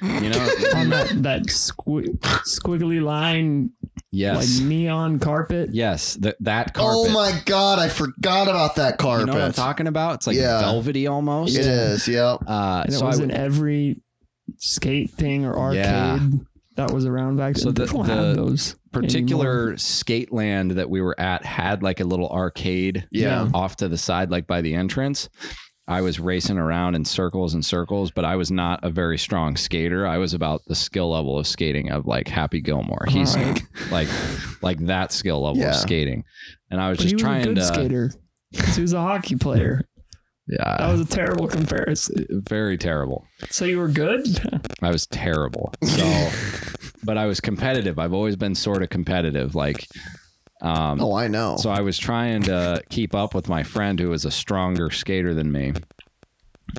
Speaker 2: you know?
Speaker 3: on that that squi- squiggly line,
Speaker 2: Yes.
Speaker 3: like neon carpet.
Speaker 2: yes. That that carpet.
Speaker 1: Oh my god, I forgot about that
Speaker 2: You
Speaker 1: carpet.
Speaker 2: know what I'm talking about? It's like
Speaker 1: Yeah.
Speaker 2: velvety almost.
Speaker 1: it is, yep.
Speaker 2: Uh,
Speaker 3: And it
Speaker 2: so I
Speaker 3: was
Speaker 2: would-
Speaker 3: in every skate thing or arcade
Speaker 2: Yeah.
Speaker 3: that was around back then.
Speaker 2: So the-
Speaker 3: they don't
Speaker 2: the
Speaker 3: have those.
Speaker 2: particular skate land that we were at had like a little arcade
Speaker 1: Yeah.
Speaker 2: off to the side like by the entrance i was racing around in circles and circles but i was not a very strong skater i was about the skill level of skating of like happy gilmore he's
Speaker 3: Alright.
Speaker 2: like like that skill level
Speaker 1: Yeah.
Speaker 2: of skating and i was
Speaker 3: But he
Speaker 2: just
Speaker 3: was a
Speaker 2: trying
Speaker 3: good
Speaker 2: to
Speaker 3: skater. 'cause He was a hockey player. That
Speaker 2: yeah
Speaker 3: was a terrible comparison.
Speaker 2: very terrible
Speaker 3: So you were good?
Speaker 2: I was terrible. So, but I was competitive. I've always been sort of competitive. Like, um,
Speaker 1: Oh, I know.
Speaker 2: so I was trying to keep up with my friend who was a stronger skater than me.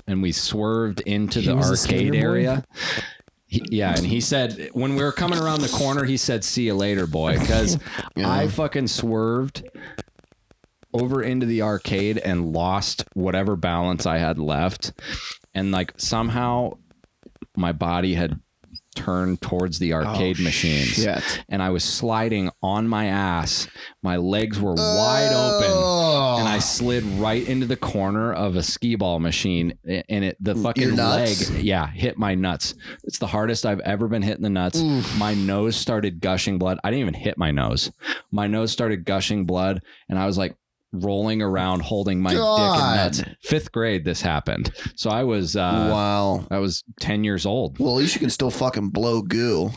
Speaker 2: And we swerved into
Speaker 3: He
Speaker 2: the
Speaker 3: was a
Speaker 2: arcade
Speaker 3: skater boy?
Speaker 2: area. He, yeah, and he said when we were coming around the corner, he said, "See you later, boy," because
Speaker 1: Yeah.
Speaker 2: I fucking swerved over into the arcade and lost whatever balance I had left, and like somehow my body had turned towards
Speaker 3: Oh,
Speaker 2: the arcade machines and I was sliding on my ass. My legs were wide open.
Speaker 1: Oh.
Speaker 2: And I slid right into the corner of a skee ball machine, a- and it the fucking leg,
Speaker 1: nuts?
Speaker 2: yeah, hit my nuts. It's the hardest I've ever been hit in the nuts. My nose started gushing blood. I didn't even hit my nose. My nose started gushing blood, and I was like rolling around, holding my
Speaker 1: God.
Speaker 2: dick and nuts. Fifth grade, this happened. So I was, uh,
Speaker 1: wow.
Speaker 2: I was ten years old.
Speaker 1: Well, at least you can still fucking blow goo.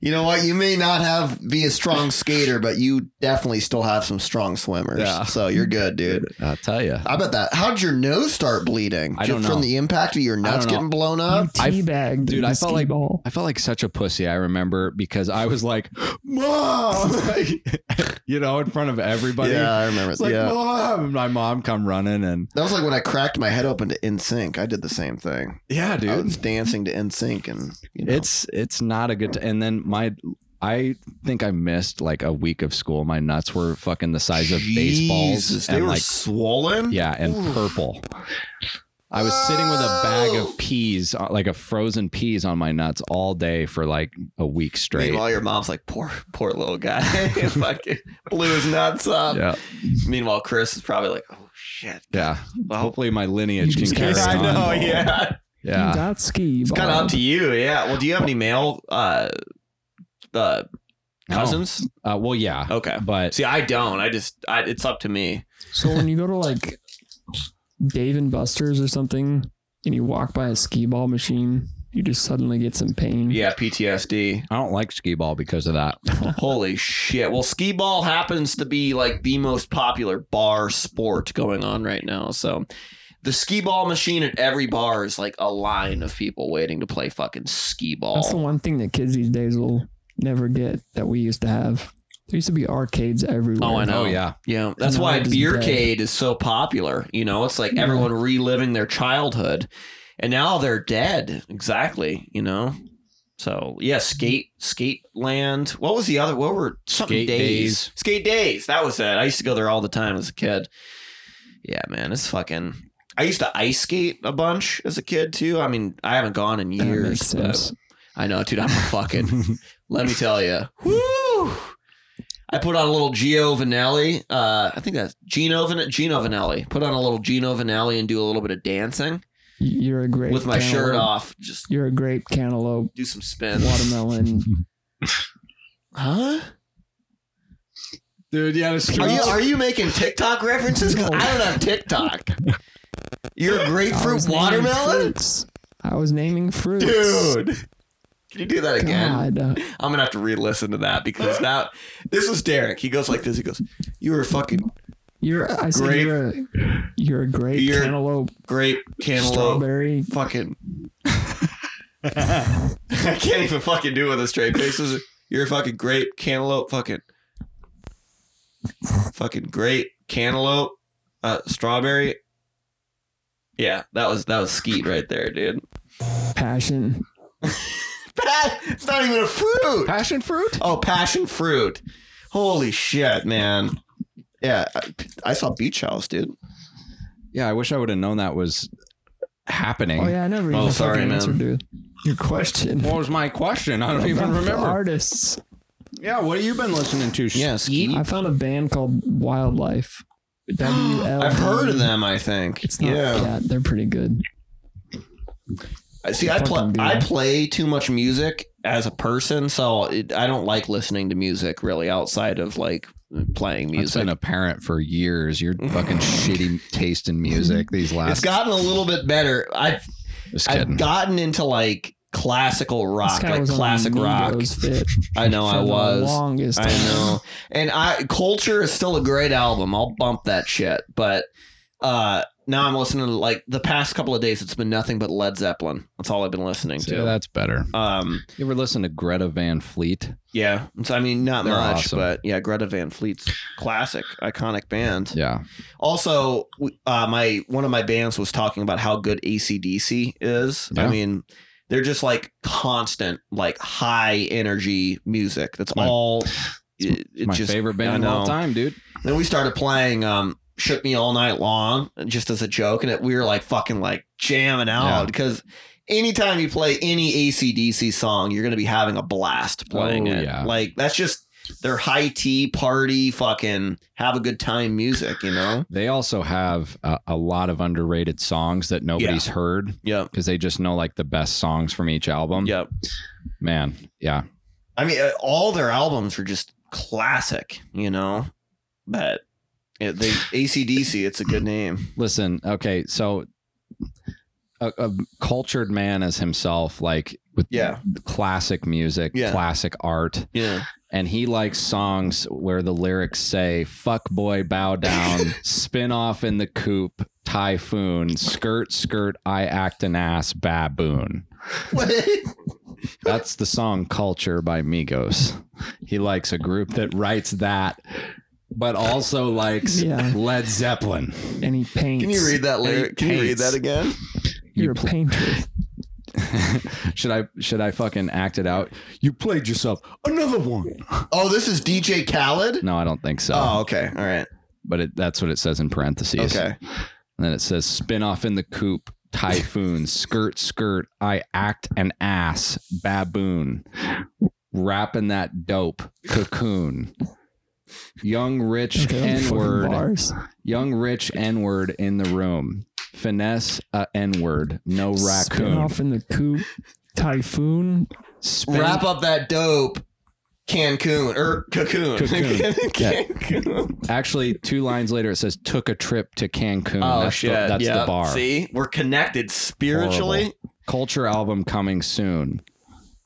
Speaker 1: you know what? You may not have be a strong skater, but you definitely still have some strong swimmers.
Speaker 2: Yeah.
Speaker 1: So you're good, dude.
Speaker 2: I'll tell you.
Speaker 1: I bet that. How would your nose start bleeding?
Speaker 2: I
Speaker 1: Just
Speaker 2: don't know.
Speaker 1: From the impact of your nuts
Speaker 2: don't know.
Speaker 1: getting blown
Speaker 3: You
Speaker 1: up.
Speaker 2: Uh, I-
Speaker 3: teabagged.
Speaker 2: dude,
Speaker 3: the
Speaker 2: I felt
Speaker 3: skee
Speaker 2: like-
Speaker 3: ball.
Speaker 2: I felt like such a pussy. I remember because I was like, "Mom," you know, in front of everybody.
Speaker 1: yeah, I remember.
Speaker 2: It's like,
Speaker 1: yeah,
Speaker 2: "Mom," and my mom come running and
Speaker 1: that was like when I cracked my head open to NSYNC. I did the same thing.
Speaker 2: yeah,
Speaker 1: I was dancing to NSYNC, and you know,
Speaker 2: It's it's not a good. T- and then my, I think I missed like a week of school. My nuts were fucking the size of
Speaker 5: Jesus,
Speaker 2: baseballs
Speaker 5: They
Speaker 2: and
Speaker 5: were
Speaker 2: like
Speaker 5: swollen.
Speaker 2: yeah, and
Speaker 1: Oof.
Speaker 2: purple. I was sitting with a bag of peas, uh, like a frozen peas, on my nuts all day for like a week straight.
Speaker 5: Meanwhile, your mom's like, poor, poor little guy. Fucking blew his nuts up.
Speaker 2: Yeah,
Speaker 5: Meanwhile, Chris is probably like, oh shit.
Speaker 2: yeah.
Speaker 5: Well,
Speaker 2: Hopefully, my lineage
Speaker 3: You
Speaker 2: can
Speaker 3: just
Speaker 2: carry
Speaker 3: gotta-
Speaker 5: I
Speaker 2: on.
Speaker 5: know. Yeah.
Speaker 3: You
Speaker 2: Yeah.
Speaker 3: got skee
Speaker 5: It's
Speaker 3: ball.
Speaker 5: kind of up to you. Yeah. Well, do you have any male uh, uh, cousins?
Speaker 2: No. Oh, Uh, well, yeah,
Speaker 5: Okay.
Speaker 2: but
Speaker 5: See, I don't. I just, I, it's up to me.
Speaker 3: So when you go to like Dave and Buster's or something, and you walk by a skee ball machine, you just suddenly get some pain.
Speaker 5: Yeah. PTSD.
Speaker 2: I don't like skee ball because of that.
Speaker 5: Holy shit. Well, skee ball happens to be like the most popular bar sport going on right now. So the skee ball machine at every bar is like a line of people waiting to play fucking skee ball.
Speaker 3: That's the one thing that kids these days will never get that we used to have. There used to be arcades everywhere.
Speaker 5: Oh, I know.
Speaker 2: Oh yeah,
Speaker 5: Yeah, that's
Speaker 3: know,
Speaker 5: why
Speaker 3: it's
Speaker 5: beercade is so popular. You know, it's like
Speaker 3: Yeah.
Speaker 5: everyone reliving their childhood, and now they're dead. Exactly. You know. So yeah, skate skate land. What was the other? What were something
Speaker 2: Skate
Speaker 5: days.
Speaker 2: Days.
Speaker 5: Skate days. That was it. I used to go there all the time as a kid. Yeah, man, it's fucking. I used to ice skate a bunch as a kid too. I mean, I haven't gone in
Speaker 3: That
Speaker 5: years.
Speaker 3: makes
Speaker 5: but-
Speaker 3: sense.
Speaker 5: I know, dude. I'm a fucking. let me tell you. Woo! I put on a little Gio Vanelli. Uh, I think that's Gino Van Gino Vanelli. Put on a little Gino Vanelli and do a little bit of dancing
Speaker 3: You're a great
Speaker 5: with my shirt
Speaker 3: cantaloupe.
Speaker 5: off. Just
Speaker 3: You're a grape cantaloupe,
Speaker 5: do some spins.
Speaker 3: watermelon.
Speaker 5: Huh?
Speaker 2: dude. Yeah,
Speaker 5: Are you are you making TikTok references? 'Cause I don't have TikTok. You're a
Speaker 3: I
Speaker 5: grapefruit
Speaker 3: was naming
Speaker 5: watermelon,
Speaker 3: fruits. I was naming fruits.
Speaker 5: dude.
Speaker 1: Can you do that again?
Speaker 3: God, uh,
Speaker 1: I'm gonna have to re-listen to that because that this was Derek. He goes like this. He goes, "You were a fucking
Speaker 3: you're. I said
Speaker 1: Grape.
Speaker 3: you're a you're a grape,
Speaker 1: You're-
Speaker 3: cantaloupe,
Speaker 1: grape cantaloupe,
Speaker 3: strawberry.
Speaker 1: fucking." I can't even fucking do it with a straight face. This is- You're a fucking grape cantaloupe, fucking, fucking grape cantaloupe, uh, strawberry. Yeah, that was that was skeet right there, dude.
Speaker 3: Passion.
Speaker 1: Pat, it's not even a fruit.
Speaker 2: Passion fruit?
Speaker 1: Oh, passion fruit. Holy shit, man. Yeah, I, I saw Beach House, dude.
Speaker 2: Yeah, I wish I would have known that was happening.
Speaker 3: Oh yeah, I never.
Speaker 1: Oh,
Speaker 3: even
Speaker 1: sorry,
Speaker 3: fucking
Speaker 1: man.
Speaker 3: answered to your question.
Speaker 2: What was my question? I don't
Speaker 3: About
Speaker 2: even
Speaker 3: the
Speaker 2: remember.
Speaker 3: Artists.
Speaker 2: Yeah, what have you been listening to?
Speaker 1: Yes,
Speaker 3: I found a band called Wildlife. WL.
Speaker 1: I've heard of them. I think
Speaker 3: E. It's not.
Speaker 1: Yeah.
Speaker 3: Yeah, they're pretty good.
Speaker 1: I- See, I play
Speaker 3: Fucking good.
Speaker 1: I play too much music as a person, so it, I don't like listening to music really outside of like playing
Speaker 2: It's
Speaker 1: music.
Speaker 2: been apparent for years. Your fucking shitty taste in music these
Speaker 1: It's
Speaker 2: last.
Speaker 1: gotten a little bit better. I've
Speaker 2: just
Speaker 1: I've
Speaker 2: kidding.
Speaker 1: gotten into like classical rock,
Speaker 3: guy
Speaker 1: like
Speaker 3: was on
Speaker 1: classic rock.
Speaker 3: Migos fit
Speaker 1: I know
Speaker 3: for
Speaker 1: I
Speaker 3: the
Speaker 1: was.
Speaker 3: longest.
Speaker 1: I
Speaker 3: time.
Speaker 1: know. And I Culture is still a great album. I'll bump that shit. But uh now I'm listening to like the past couple of days it's been nothing but Led Zeppelin. That's all I've been listening
Speaker 2: So
Speaker 1: to.
Speaker 2: that's better.
Speaker 1: Um
Speaker 2: You ever listen to Greta Van Fleet?
Speaker 1: yeah. So, I mean not
Speaker 2: They're
Speaker 1: much,
Speaker 2: awesome.
Speaker 1: but yeah, Greta Van Fleet's classic, iconic band.
Speaker 2: Yeah.
Speaker 1: Also, we- uh, my one of my bands was talking about how good ACDC is. I
Speaker 2: Yeah.
Speaker 1: mean, they're just like constant, like high energy music. That's
Speaker 2: My-
Speaker 1: all. It, it
Speaker 2: my
Speaker 1: just-
Speaker 2: favorite
Speaker 1: I
Speaker 2: band of all
Speaker 1: know.
Speaker 2: time, dude.
Speaker 1: Then we started playing um Shook Me All Night Long just as a joke. And it, we were like fucking like jamming
Speaker 2: Yeah.
Speaker 1: out because anytime you play any ACDC song, you're going to be having a blast playing
Speaker 2: Oh,
Speaker 1: it.
Speaker 2: yeah.
Speaker 1: Like that's just their high tea party fucking have a good time music, you know?
Speaker 2: They also have a, a lot of underrated songs that nobody's heard
Speaker 1: Yep.
Speaker 2: because they just know like the best songs from each album.
Speaker 1: Yep.
Speaker 2: Man. Yeah.
Speaker 1: I mean, uh, all their albums are just classic, you know? But it, they ACDC, it's a good name.
Speaker 2: Listen. Okay. So a, a cultured man as himself, like with
Speaker 1: Yeah.
Speaker 2: classic music,
Speaker 1: Yeah.
Speaker 2: classic art.
Speaker 1: Yeah.
Speaker 2: And he likes songs where the lyrics say, fuck boy, bow down, spin off in the coop, typhoon, skirt, skirt, I act an ass, baboon. That's the song Culture by Migos. He likes a group that writes that, but also likes
Speaker 3: Yeah.
Speaker 2: Led Zeppelin.
Speaker 3: And he paints.
Speaker 1: Can you read that lyric? Can you read
Speaker 2: Hates.
Speaker 1: that again?
Speaker 3: You're a painter.
Speaker 2: should I should I fucking act it out? You played yourself. Another one.
Speaker 1: Oh, this is DJ Khaled?
Speaker 2: No, I don't think so.
Speaker 1: Oh, okay. All right.
Speaker 2: But it, that's what it says in parentheses.
Speaker 1: Okay.
Speaker 2: And then it says spin off in the coop, typhoon, skirt, skirt, I act an ass, baboon, wrapping that dope, cocoon, young, rich,
Speaker 3: Okay, I'm
Speaker 2: N
Speaker 3: fucking
Speaker 2: word,
Speaker 3: Bars.
Speaker 2: young, rich, N word in the room, finesse, a N word, no
Speaker 3: Spin
Speaker 2: raccoon.
Speaker 3: off in the coop. Typhoon.
Speaker 2: Spin-
Speaker 1: Wrap up that dope Cancun or cocoon.
Speaker 2: Cocoon.
Speaker 1: Cancun.
Speaker 2: Actually, two lines later, it says took a trip to Cancun.
Speaker 1: Oh,
Speaker 2: that's
Speaker 1: shit.
Speaker 2: The, that's
Speaker 1: Yeah.
Speaker 2: the bar.
Speaker 1: See, we're connected spiritually.
Speaker 2: Culture album coming soon.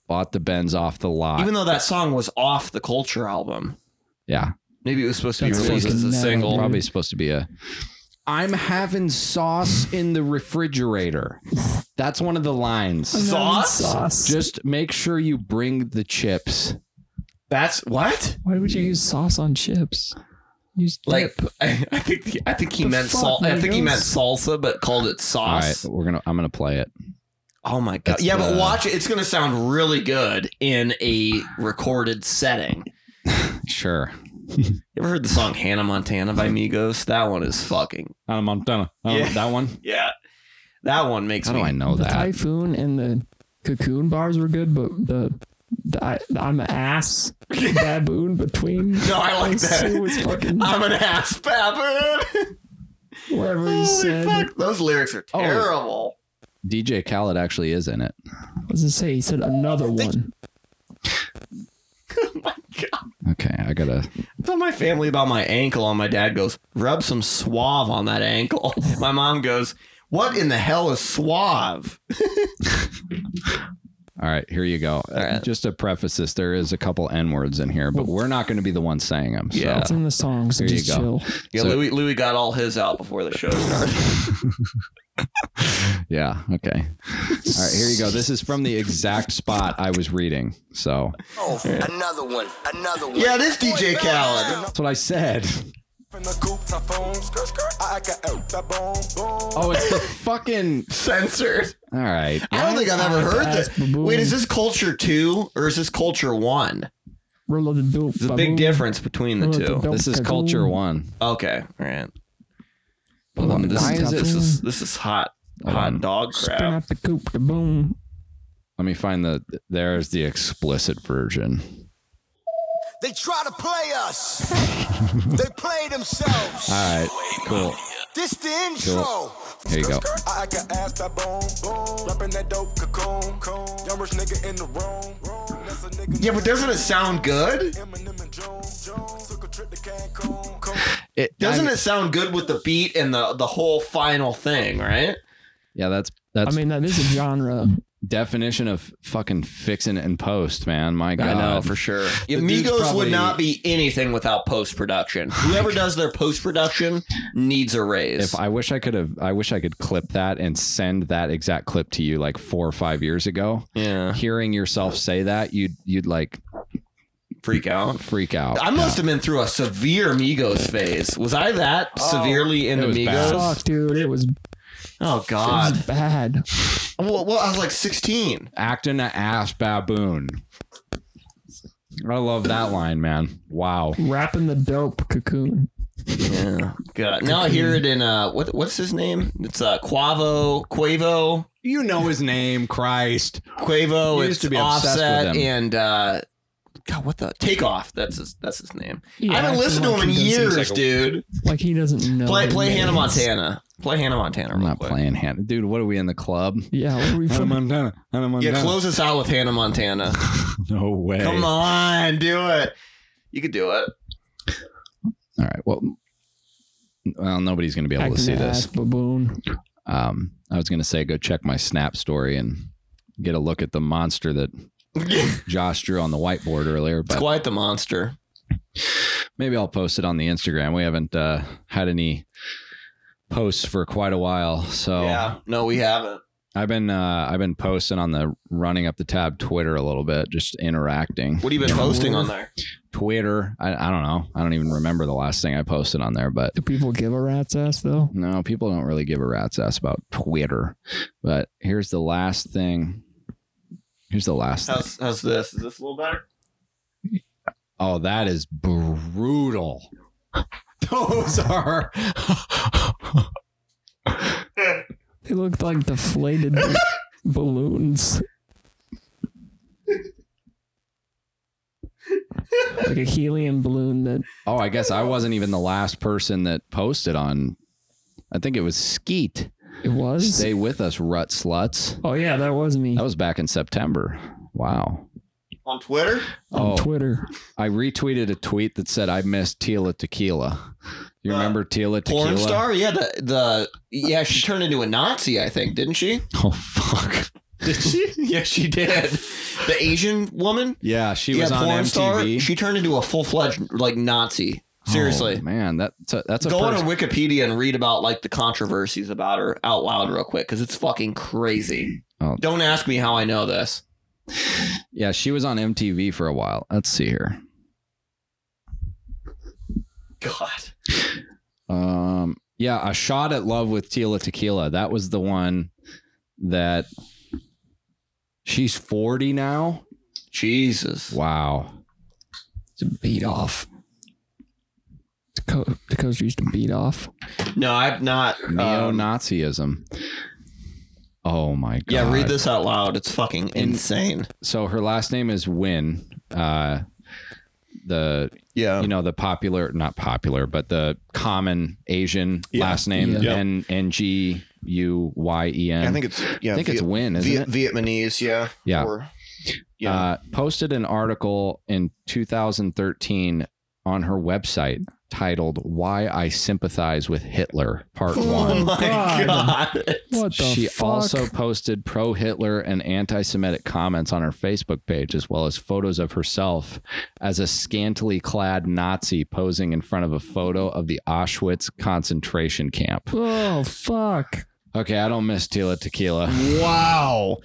Speaker 2: Bought the Benz off the lot.
Speaker 1: Even though that song was off the culture album,
Speaker 2: yeah.
Speaker 1: maybe it was supposed to
Speaker 3: That's
Speaker 1: be released
Speaker 3: fucking
Speaker 1: as a
Speaker 3: mad,
Speaker 1: single.
Speaker 3: dude.
Speaker 2: Probably supposed to be a. I'm having sauce in the refrigerator. That's one of the lines.
Speaker 1: Sauce?
Speaker 3: Sauce.
Speaker 2: Just make sure you bring the chips.
Speaker 1: That's what?
Speaker 3: Why would you use sauce on chips? Use
Speaker 1: Like,
Speaker 3: dip.
Speaker 1: I, I think he- I think he
Speaker 3: The
Speaker 1: meant
Speaker 3: fuck,
Speaker 1: sal- I think he
Speaker 3: Migos?
Speaker 1: meant salsa, but called it
Speaker 2: All
Speaker 1: sauce.
Speaker 2: right, we're gonna. I'm gonna play it.
Speaker 1: Oh my god!
Speaker 2: It's
Speaker 1: yeah, but
Speaker 2: the-
Speaker 1: watch it. It's gonna sound really good in a recorded setting.
Speaker 2: Sure.
Speaker 1: You ever heard the song Hannah Montana by Migos? That one is fucking.
Speaker 2: Hannah Montana. Oh,
Speaker 1: Yeah.
Speaker 2: That one.
Speaker 1: Yeah. That one makes
Speaker 2: How do
Speaker 1: me.
Speaker 2: I know
Speaker 3: the
Speaker 2: that?
Speaker 3: typhoon and the cocoon bars were good, but the, the, I, the I'm an ass baboon between.
Speaker 1: No, I like
Speaker 3: those
Speaker 1: that.
Speaker 3: two was fucking
Speaker 1: I'm an ass baboon.
Speaker 3: whatever he
Speaker 1: Holy
Speaker 3: said.
Speaker 1: fuck. Those lyrics are
Speaker 2: Oh.
Speaker 1: terrible.
Speaker 2: DJ Khaled actually is in it.
Speaker 3: What does it say? He said another one.
Speaker 2: Okay, I gotta.
Speaker 1: I told my family about my ankle, and my dad goes, rub some suave on that ankle. My mom goes, what in the hell is suave?
Speaker 2: All right, here you go. Uh,
Speaker 5: right.
Speaker 2: Just to preface this, there is a couple N words in here, but we're not going to be the ones saying them. So.
Speaker 5: Yeah.
Speaker 3: It's in the song, so
Speaker 2: There you
Speaker 3: just
Speaker 2: go.
Speaker 3: chill.
Speaker 5: Yeah,
Speaker 2: So-
Speaker 5: Louis Louis got all his out before the show started.
Speaker 2: Yeah. Okay. All right. Here you go. This is from the exact spot I was reading. So
Speaker 8: Oh, another one, another one.
Speaker 1: Yeah, it is DJ Khaled.
Speaker 2: that's what I said.
Speaker 8: From the coop, my phone, skirt, skirt. I got out the bone, boom.
Speaker 2: Oh, it's the fucking.
Speaker 1: Censored.
Speaker 2: All right.
Speaker 1: I don't think I've ever heard
Speaker 3: That's
Speaker 1: that.
Speaker 3: baboon.
Speaker 1: Wait, is this culture two or is this culture one?
Speaker 3: Roll of the dope.
Speaker 5: There's a
Speaker 3: baboon.
Speaker 5: big difference between the
Speaker 3: Roll of
Speaker 5: two.
Speaker 3: dope
Speaker 2: This is
Speaker 3: baboon.
Speaker 2: culture one.
Speaker 5: Okay, all right.
Speaker 2: Hold on,
Speaker 5: This
Speaker 3: Why is
Speaker 5: is,
Speaker 3: it-
Speaker 5: this is this is hot
Speaker 2: Hold
Speaker 5: hot
Speaker 2: on.
Speaker 5: dog
Speaker 3: Spin
Speaker 5: crap.
Speaker 3: out the coop, the boom.
Speaker 2: Let me find the. There's the explicit version.
Speaker 8: They try to play us. they play themselves.
Speaker 2: All right. Cool.
Speaker 8: This the intro.
Speaker 2: Here you go.
Speaker 8: I got ass that bone, boom. Rapping that dope cocoon, coon. Young rich nigga in the room, room. That's a nigga.
Speaker 1: Yeah, but doesn't it sound good?
Speaker 8: Eminem and Jones, Jones. Took a trip to Cancun, coon.
Speaker 2: It
Speaker 1: Doesn't
Speaker 2: I'm-
Speaker 1: it sound good with the beat and the the whole final thing, right?
Speaker 2: Yeah, that's
Speaker 3: I
Speaker 2: that's
Speaker 3: mean, that is a genre.
Speaker 2: definition of fucking fixing it in post, man. My God.
Speaker 5: I know for sure.
Speaker 1: Yeah,
Speaker 2: The dude's
Speaker 1: Migos
Speaker 2: probably-
Speaker 1: would
Speaker 5: Not
Speaker 1: not be.
Speaker 5: be anything without post production. Whoever does their post production needs a raise.
Speaker 2: If I wish I could have, I wish I could clip that and send that exact clip to you like four or five years ago.
Speaker 5: yeah,
Speaker 2: Hearing yourself say that, you'd you'd like
Speaker 5: freak out.
Speaker 2: freak out.
Speaker 5: I must have been through a severe Migos phase. Was I that severely into
Speaker 2: Oh, was
Speaker 5: Migos?
Speaker 2: bad.
Speaker 3: Fuck, dude, it was, it
Speaker 5: Oh God!
Speaker 3: was bad.
Speaker 5: Well, well, I was like sixteen.
Speaker 2: acting an ass baboon. I love that line, man. Wow.
Speaker 3: Wrapping the dope cocoon.
Speaker 5: Yeah. God. Now I hear it in uh, what what's his name? It's uh, Quavo, Quavo,
Speaker 2: You know his name, Christ.
Speaker 5: Quavo.
Speaker 2: You
Speaker 5: it's
Speaker 2: used to be obsessed with
Speaker 5: Offset
Speaker 2: him.
Speaker 5: and uh, God, what the Takeoff? That's his. That's his name.
Speaker 3: Yeah,
Speaker 5: I haven't
Speaker 3: acting
Speaker 5: listened to
Speaker 3: like
Speaker 5: him in
Speaker 3: he doesn't-
Speaker 5: years, dude.
Speaker 3: Like he doesn't know.
Speaker 5: Play
Speaker 3: the
Speaker 5: play Hannah
Speaker 3: names.
Speaker 5: Montana. Play Hannah Montana.
Speaker 2: I'm
Speaker 5: real
Speaker 2: not
Speaker 5: quick.
Speaker 2: playing Hannah. Dude, what are we in the club?
Speaker 3: Yeah, what are we from?
Speaker 2: Montana. Hannah
Speaker 5: Yeah,
Speaker 2: Montana.
Speaker 5: close us out with Hannah Montana.
Speaker 2: No way.
Speaker 5: Come on, do it. You could do it.
Speaker 2: All right. Well, well, nobody's going to be able
Speaker 3: Acting
Speaker 2: to see
Speaker 3: the
Speaker 2: this.
Speaker 3: ass baboon.
Speaker 2: Um, I was going to say go check my Snap story and get a look at the monster that Josh drew on the whiteboard earlier,
Speaker 5: It's
Speaker 2: but
Speaker 5: quite the monster.
Speaker 2: maybe I'll post it on the Instagram. We haven't uh, had any posts for quite a while, so
Speaker 5: Yeah. No, we haven't.
Speaker 2: I've been uh, I've been posting on the running up the tab Twitter a little bit, just interacting.
Speaker 5: What have you been posting on there?
Speaker 2: Twitter? I, I don't know. I don't even remember the last thing I posted on there, but
Speaker 3: Do people give a rat's ass though?
Speaker 2: no, people don't really give a rat's ass about Twitter. But here's the last thing. Here's the last thing.
Speaker 5: How's how's this? Is this a little better?
Speaker 2: Oh, that is brutal. Those are
Speaker 3: They looked like deflated balloons. like a helium balloon that
Speaker 2: Oh, I guess I wasn't even the last person that posted on. I think it was Skeet.
Speaker 3: it was.
Speaker 2: Stay with us, Rut Sluts.
Speaker 3: oh yeah, that was me
Speaker 2: That was back in September. Wow.
Speaker 5: On Twitter?
Speaker 3: on
Speaker 2: oh.
Speaker 3: Twitter.
Speaker 2: I retweeted a tweet that said I missed Tila Tequila. You remember Tila Tequila?
Speaker 5: Uh, Porn star? Yeah, the the yeah, she turned into a Nazi, I think, didn't she?
Speaker 2: Oh fuck.
Speaker 5: Did she? yeah, she did. The Asian woman?
Speaker 2: Yeah, she
Speaker 5: yeah,
Speaker 2: was on
Speaker 5: porn
Speaker 2: MTV.
Speaker 5: star. She turned into a full fledged like Nazi. Seriously.
Speaker 2: Oh, man, that that's a, that's a
Speaker 5: Go on
Speaker 2: pers-
Speaker 5: to Wikipedia and read about like the controversies about her out loud real quick because it's fucking crazy.
Speaker 2: Oh.
Speaker 5: Don't ask me how I know this.
Speaker 2: Yeah, she was on MTV for a while. Let's see here.
Speaker 5: God.
Speaker 2: Um, yeah, a shot at love with Tila Tequila. That was the one that she's 40 now.
Speaker 5: Jesus.
Speaker 2: Wow.
Speaker 3: To beat off. Deco- Dakota used to beat off.
Speaker 5: No, I've not. um,
Speaker 2: Neo-Nazism. Oh my god.
Speaker 5: yeah, read this out loud. It's fucking insane.
Speaker 2: So her last name is Win. Uh the
Speaker 5: Yeah.
Speaker 2: you know the popular not popular but the common asian last name
Speaker 3: Yeah.
Speaker 2: n n g u y e n
Speaker 5: I think it's yeah.
Speaker 2: I think it's
Speaker 5: Viet-
Speaker 2: win isn't
Speaker 5: Viet-
Speaker 2: it
Speaker 5: Vietnamese, yeah.
Speaker 2: yeah
Speaker 5: Or, yeah.
Speaker 2: uh, posted an article in 2013 on her website titled Why I Sympathize with Hitler, Part
Speaker 1: Oh
Speaker 2: One.
Speaker 5: my
Speaker 3: God.
Speaker 5: God.
Speaker 3: What Hmm. the
Speaker 2: she
Speaker 3: fuck?
Speaker 2: also posted pro Hitler and anti Semitic comments on her Facebook page, as well as photos of herself as a scantily clad Nazi posing in front of a photo of the Auschwitz concentration camp.
Speaker 3: oh fuck!
Speaker 2: Okay, I don't miss Tila Tequila.
Speaker 1: Wow.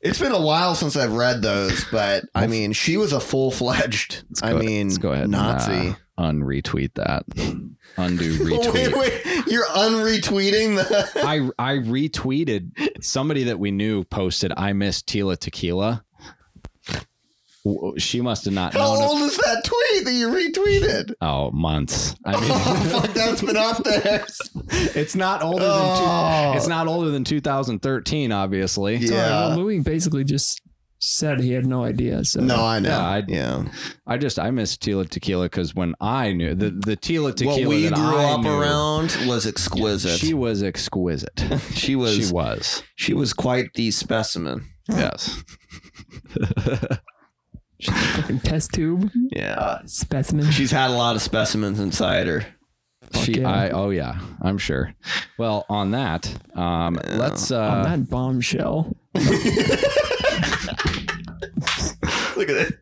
Speaker 1: It's been a while since I've read those, but I mean, she was a full fledged, I
Speaker 2: Go-
Speaker 1: mean,
Speaker 2: let's go ahead and,
Speaker 1: Nazi.
Speaker 2: uh, unretweet that. Undo
Speaker 1: Oh,
Speaker 2: retweet.
Speaker 1: wait, wait. You're unretweeting the.
Speaker 2: I I retweeted somebody that we knew posted I miss Tila Tequila. W- She must have not
Speaker 1: How
Speaker 2: known. it-
Speaker 1: old is that tweet that you retweeted?
Speaker 2: Oh, months. I mean,
Speaker 1: Oh, fuck, that's been up there.
Speaker 2: it's not older than
Speaker 1: Oh.
Speaker 2: two, it's not older than 2013, obviously.
Speaker 3: Sorry, well,
Speaker 1: Yeah.
Speaker 3: Louis basically just said he had no idea. So
Speaker 1: No, I know.
Speaker 2: Yeah, I-
Speaker 1: yeah.
Speaker 2: I just I miss Tila Tequila because when I knew the the Tila Tequila
Speaker 5: what we
Speaker 2: that
Speaker 5: grew
Speaker 2: I
Speaker 5: up
Speaker 2: knew,
Speaker 5: around was exquisite.
Speaker 2: she was exquisite.
Speaker 5: she was
Speaker 2: she was
Speaker 5: she was quite the specimen.
Speaker 2: yes.
Speaker 3: fucking test tube
Speaker 5: Yeah,
Speaker 3: specimen.
Speaker 5: she's had a lot of specimens inside her.
Speaker 3: Fuck
Speaker 2: she
Speaker 3: yeah.
Speaker 2: I oh yeah I'm sure. Well, on that, um, let's uh,
Speaker 3: On that bombshell.
Speaker 5: Look at that.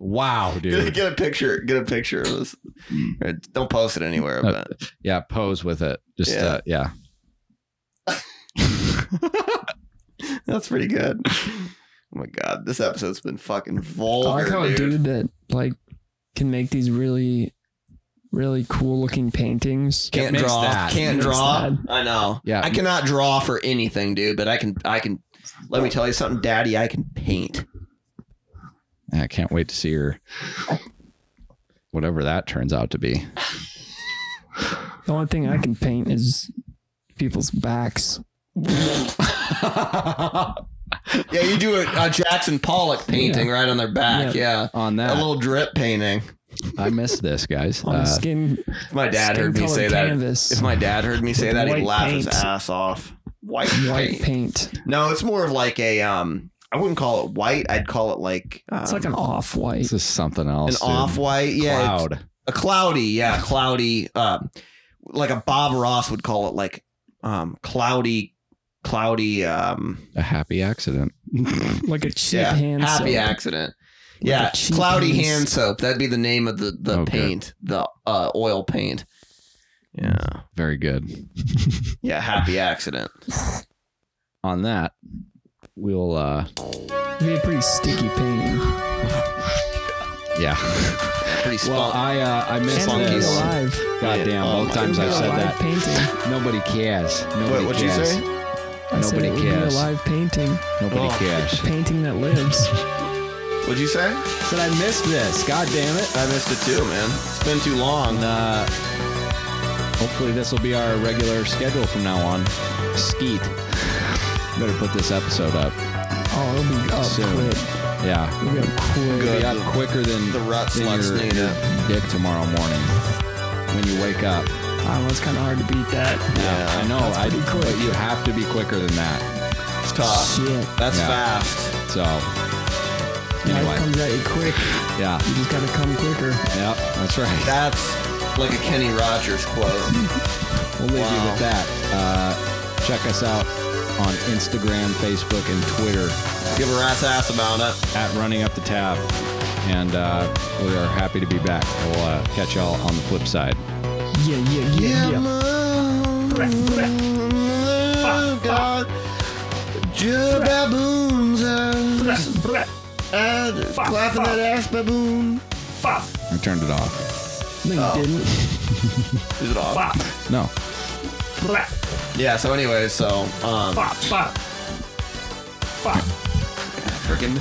Speaker 2: wow, dude.
Speaker 5: Get a picture. Get a picture of this.
Speaker 3: Mm.
Speaker 5: Or Don't post it anywhere.
Speaker 3: Uh,
Speaker 5: But
Speaker 2: Yeah, pose with it. Just yeah.
Speaker 5: Yeah.
Speaker 2: Uh, yeah.
Speaker 5: that's pretty good. Oh my god, this episode's been fucking
Speaker 3: I
Speaker 5: vulgar.
Speaker 3: like how a
Speaker 5: dude.
Speaker 3: dude that like can make these really, really cool looking paintings.
Speaker 5: Can't
Speaker 2: Mix
Speaker 5: draw.
Speaker 2: that.
Speaker 5: Can't
Speaker 3: Mix
Speaker 5: draw.
Speaker 3: that.
Speaker 5: I know.
Speaker 2: Yeah.
Speaker 5: I cannot draw for anything, dude. But I can. I can. Let me tell you something, Daddy. I can paint.
Speaker 2: I can't wait to see your whatever that turns out to be.
Speaker 3: The only thing I can paint is people's backs.
Speaker 5: Yeah, you do a, a Jackson Pollock painting right on their back. Yeah.
Speaker 2: On
Speaker 5: A
Speaker 2: that,
Speaker 5: little drip painting.
Speaker 2: I missed this, guys.
Speaker 3: On a
Speaker 2: Uh,
Speaker 3: skin,
Speaker 5: If my dad
Speaker 3: skin
Speaker 5: heard me
Speaker 3: colored
Speaker 5: say that,
Speaker 3: canvas.
Speaker 5: if my dad heard me say
Speaker 3: With
Speaker 5: that, he'd
Speaker 3: white
Speaker 5: laugh his
Speaker 3: paint.
Speaker 5: ass off. White,
Speaker 3: white
Speaker 5: paint.
Speaker 3: paint.
Speaker 5: No, it's more of like a um. I wouldn't call it white. I'd call it like um,
Speaker 3: It's like an off white.
Speaker 2: this is something else.
Speaker 5: an
Speaker 2: dude.
Speaker 5: off white.
Speaker 2: E
Speaker 5: Yeah, it's-
Speaker 2: cloud.
Speaker 5: a cloudy, yeah, cloudy. Um, like a Bob Ross would call it, like um, cloudy, cloudy. Um,
Speaker 2: A happy accident.
Speaker 3: Like a cheap
Speaker 5: yeah,
Speaker 3: hand
Speaker 5: happy
Speaker 3: soap.
Speaker 5: accident.
Speaker 3: Like
Speaker 5: yeah,
Speaker 3: a cheap
Speaker 5: cloudy
Speaker 3: hand
Speaker 5: hand soap. That'd be the name of the the
Speaker 2: Oh, good.
Speaker 5: paint, the uh, oil paint. Yeah,
Speaker 2: Very good.
Speaker 5: yeah, happy accident.
Speaker 2: On that, we'll uh
Speaker 3: It'd be a pretty sticky painting.
Speaker 2: yeah.
Speaker 5: Pretty
Speaker 2: Well,
Speaker 5: spunk.
Speaker 2: I uh I missed
Speaker 3: And it'd be
Speaker 2: this.
Speaker 3: alive.
Speaker 2: God damn,
Speaker 5: Oh
Speaker 2: both
Speaker 5: my
Speaker 2: times
Speaker 3: It'd be
Speaker 2: I've
Speaker 3: a
Speaker 2: said
Speaker 3: live
Speaker 2: that.
Speaker 3: painting.
Speaker 2: Nobody cares. Nobody
Speaker 1: what'd you
Speaker 2: cares.
Speaker 1: say?
Speaker 3: I said
Speaker 2: Nobody
Speaker 3: it would be
Speaker 2: cares.
Speaker 3: a live painting.
Speaker 2: Nobody cares.
Speaker 3: Painting that lives.
Speaker 1: What'd you say?
Speaker 2: Said I missed this. God damn it.
Speaker 5: I missed it too, man. It's been too long.
Speaker 2: And uh, hopefully this will be our regular schedule from now on. Skeet. Better put this episode up.
Speaker 3: Oh, it'll be up
Speaker 2: Soon.
Speaker 3: quick.
Speaker 2: Yeah.
Speaker 3: It'll be up quick.
Speaker 2: It'll be up quicker than
Speaker 5: The rut
Speaker 2: than
Speaker 5: slugs
Speaker 2: your,
Speaker 5: need
Speaker 2: your
Speaker 5: it.
Speaker 2: dick tomorrow morning when you wake up.
Speaker 3: Oh, it's kind of hard to beat that.
Speaker 2: Yeah, I know. I,
Speaker 3: pretty quick.
Speaker 2: But you have to be quicker than that.
Speaker 5: It's
Speaker 1: Ah,
Speaker 5: tough.
Speaker 3: Shit.
Speaker 5: That's
Speaker 2: Yeah.
Speaker 5: fast.
Speaker 2: So
Speaker 3: Life
Speaker 2: anyway,
Speaker 3: comes at you quick.
Speaker 2: yeah,
Speaker 3: You just gotta come quicker.
Speaker 2: yeah, that's right.
Speaker 5: That's like a Kenny Rogers quote.
Speaker 2: We'll leave you
Speaker 5: Wow.
Speaker 2: with that. Uh, check us out on Instagram, Facebook, and Twitter.
Speaker 5: Give a rat's ass about it.
Speaker 2: at running up the tab. And uh, we are happy to be back. We'll uh, catch y'all on the flip side.
Speaker 3: Yeah, yeah, yeah, yeah.
Speaker 1: God. Ju- baboons ass. Uh, clapping that ass baboon.
Speaker 2: I turned it off.
Speaker 3: No, you didn't.
Speaker 5: Is it off?
Speaker 2: No.
Speaker 5: Yeah, so anyway, so um freaking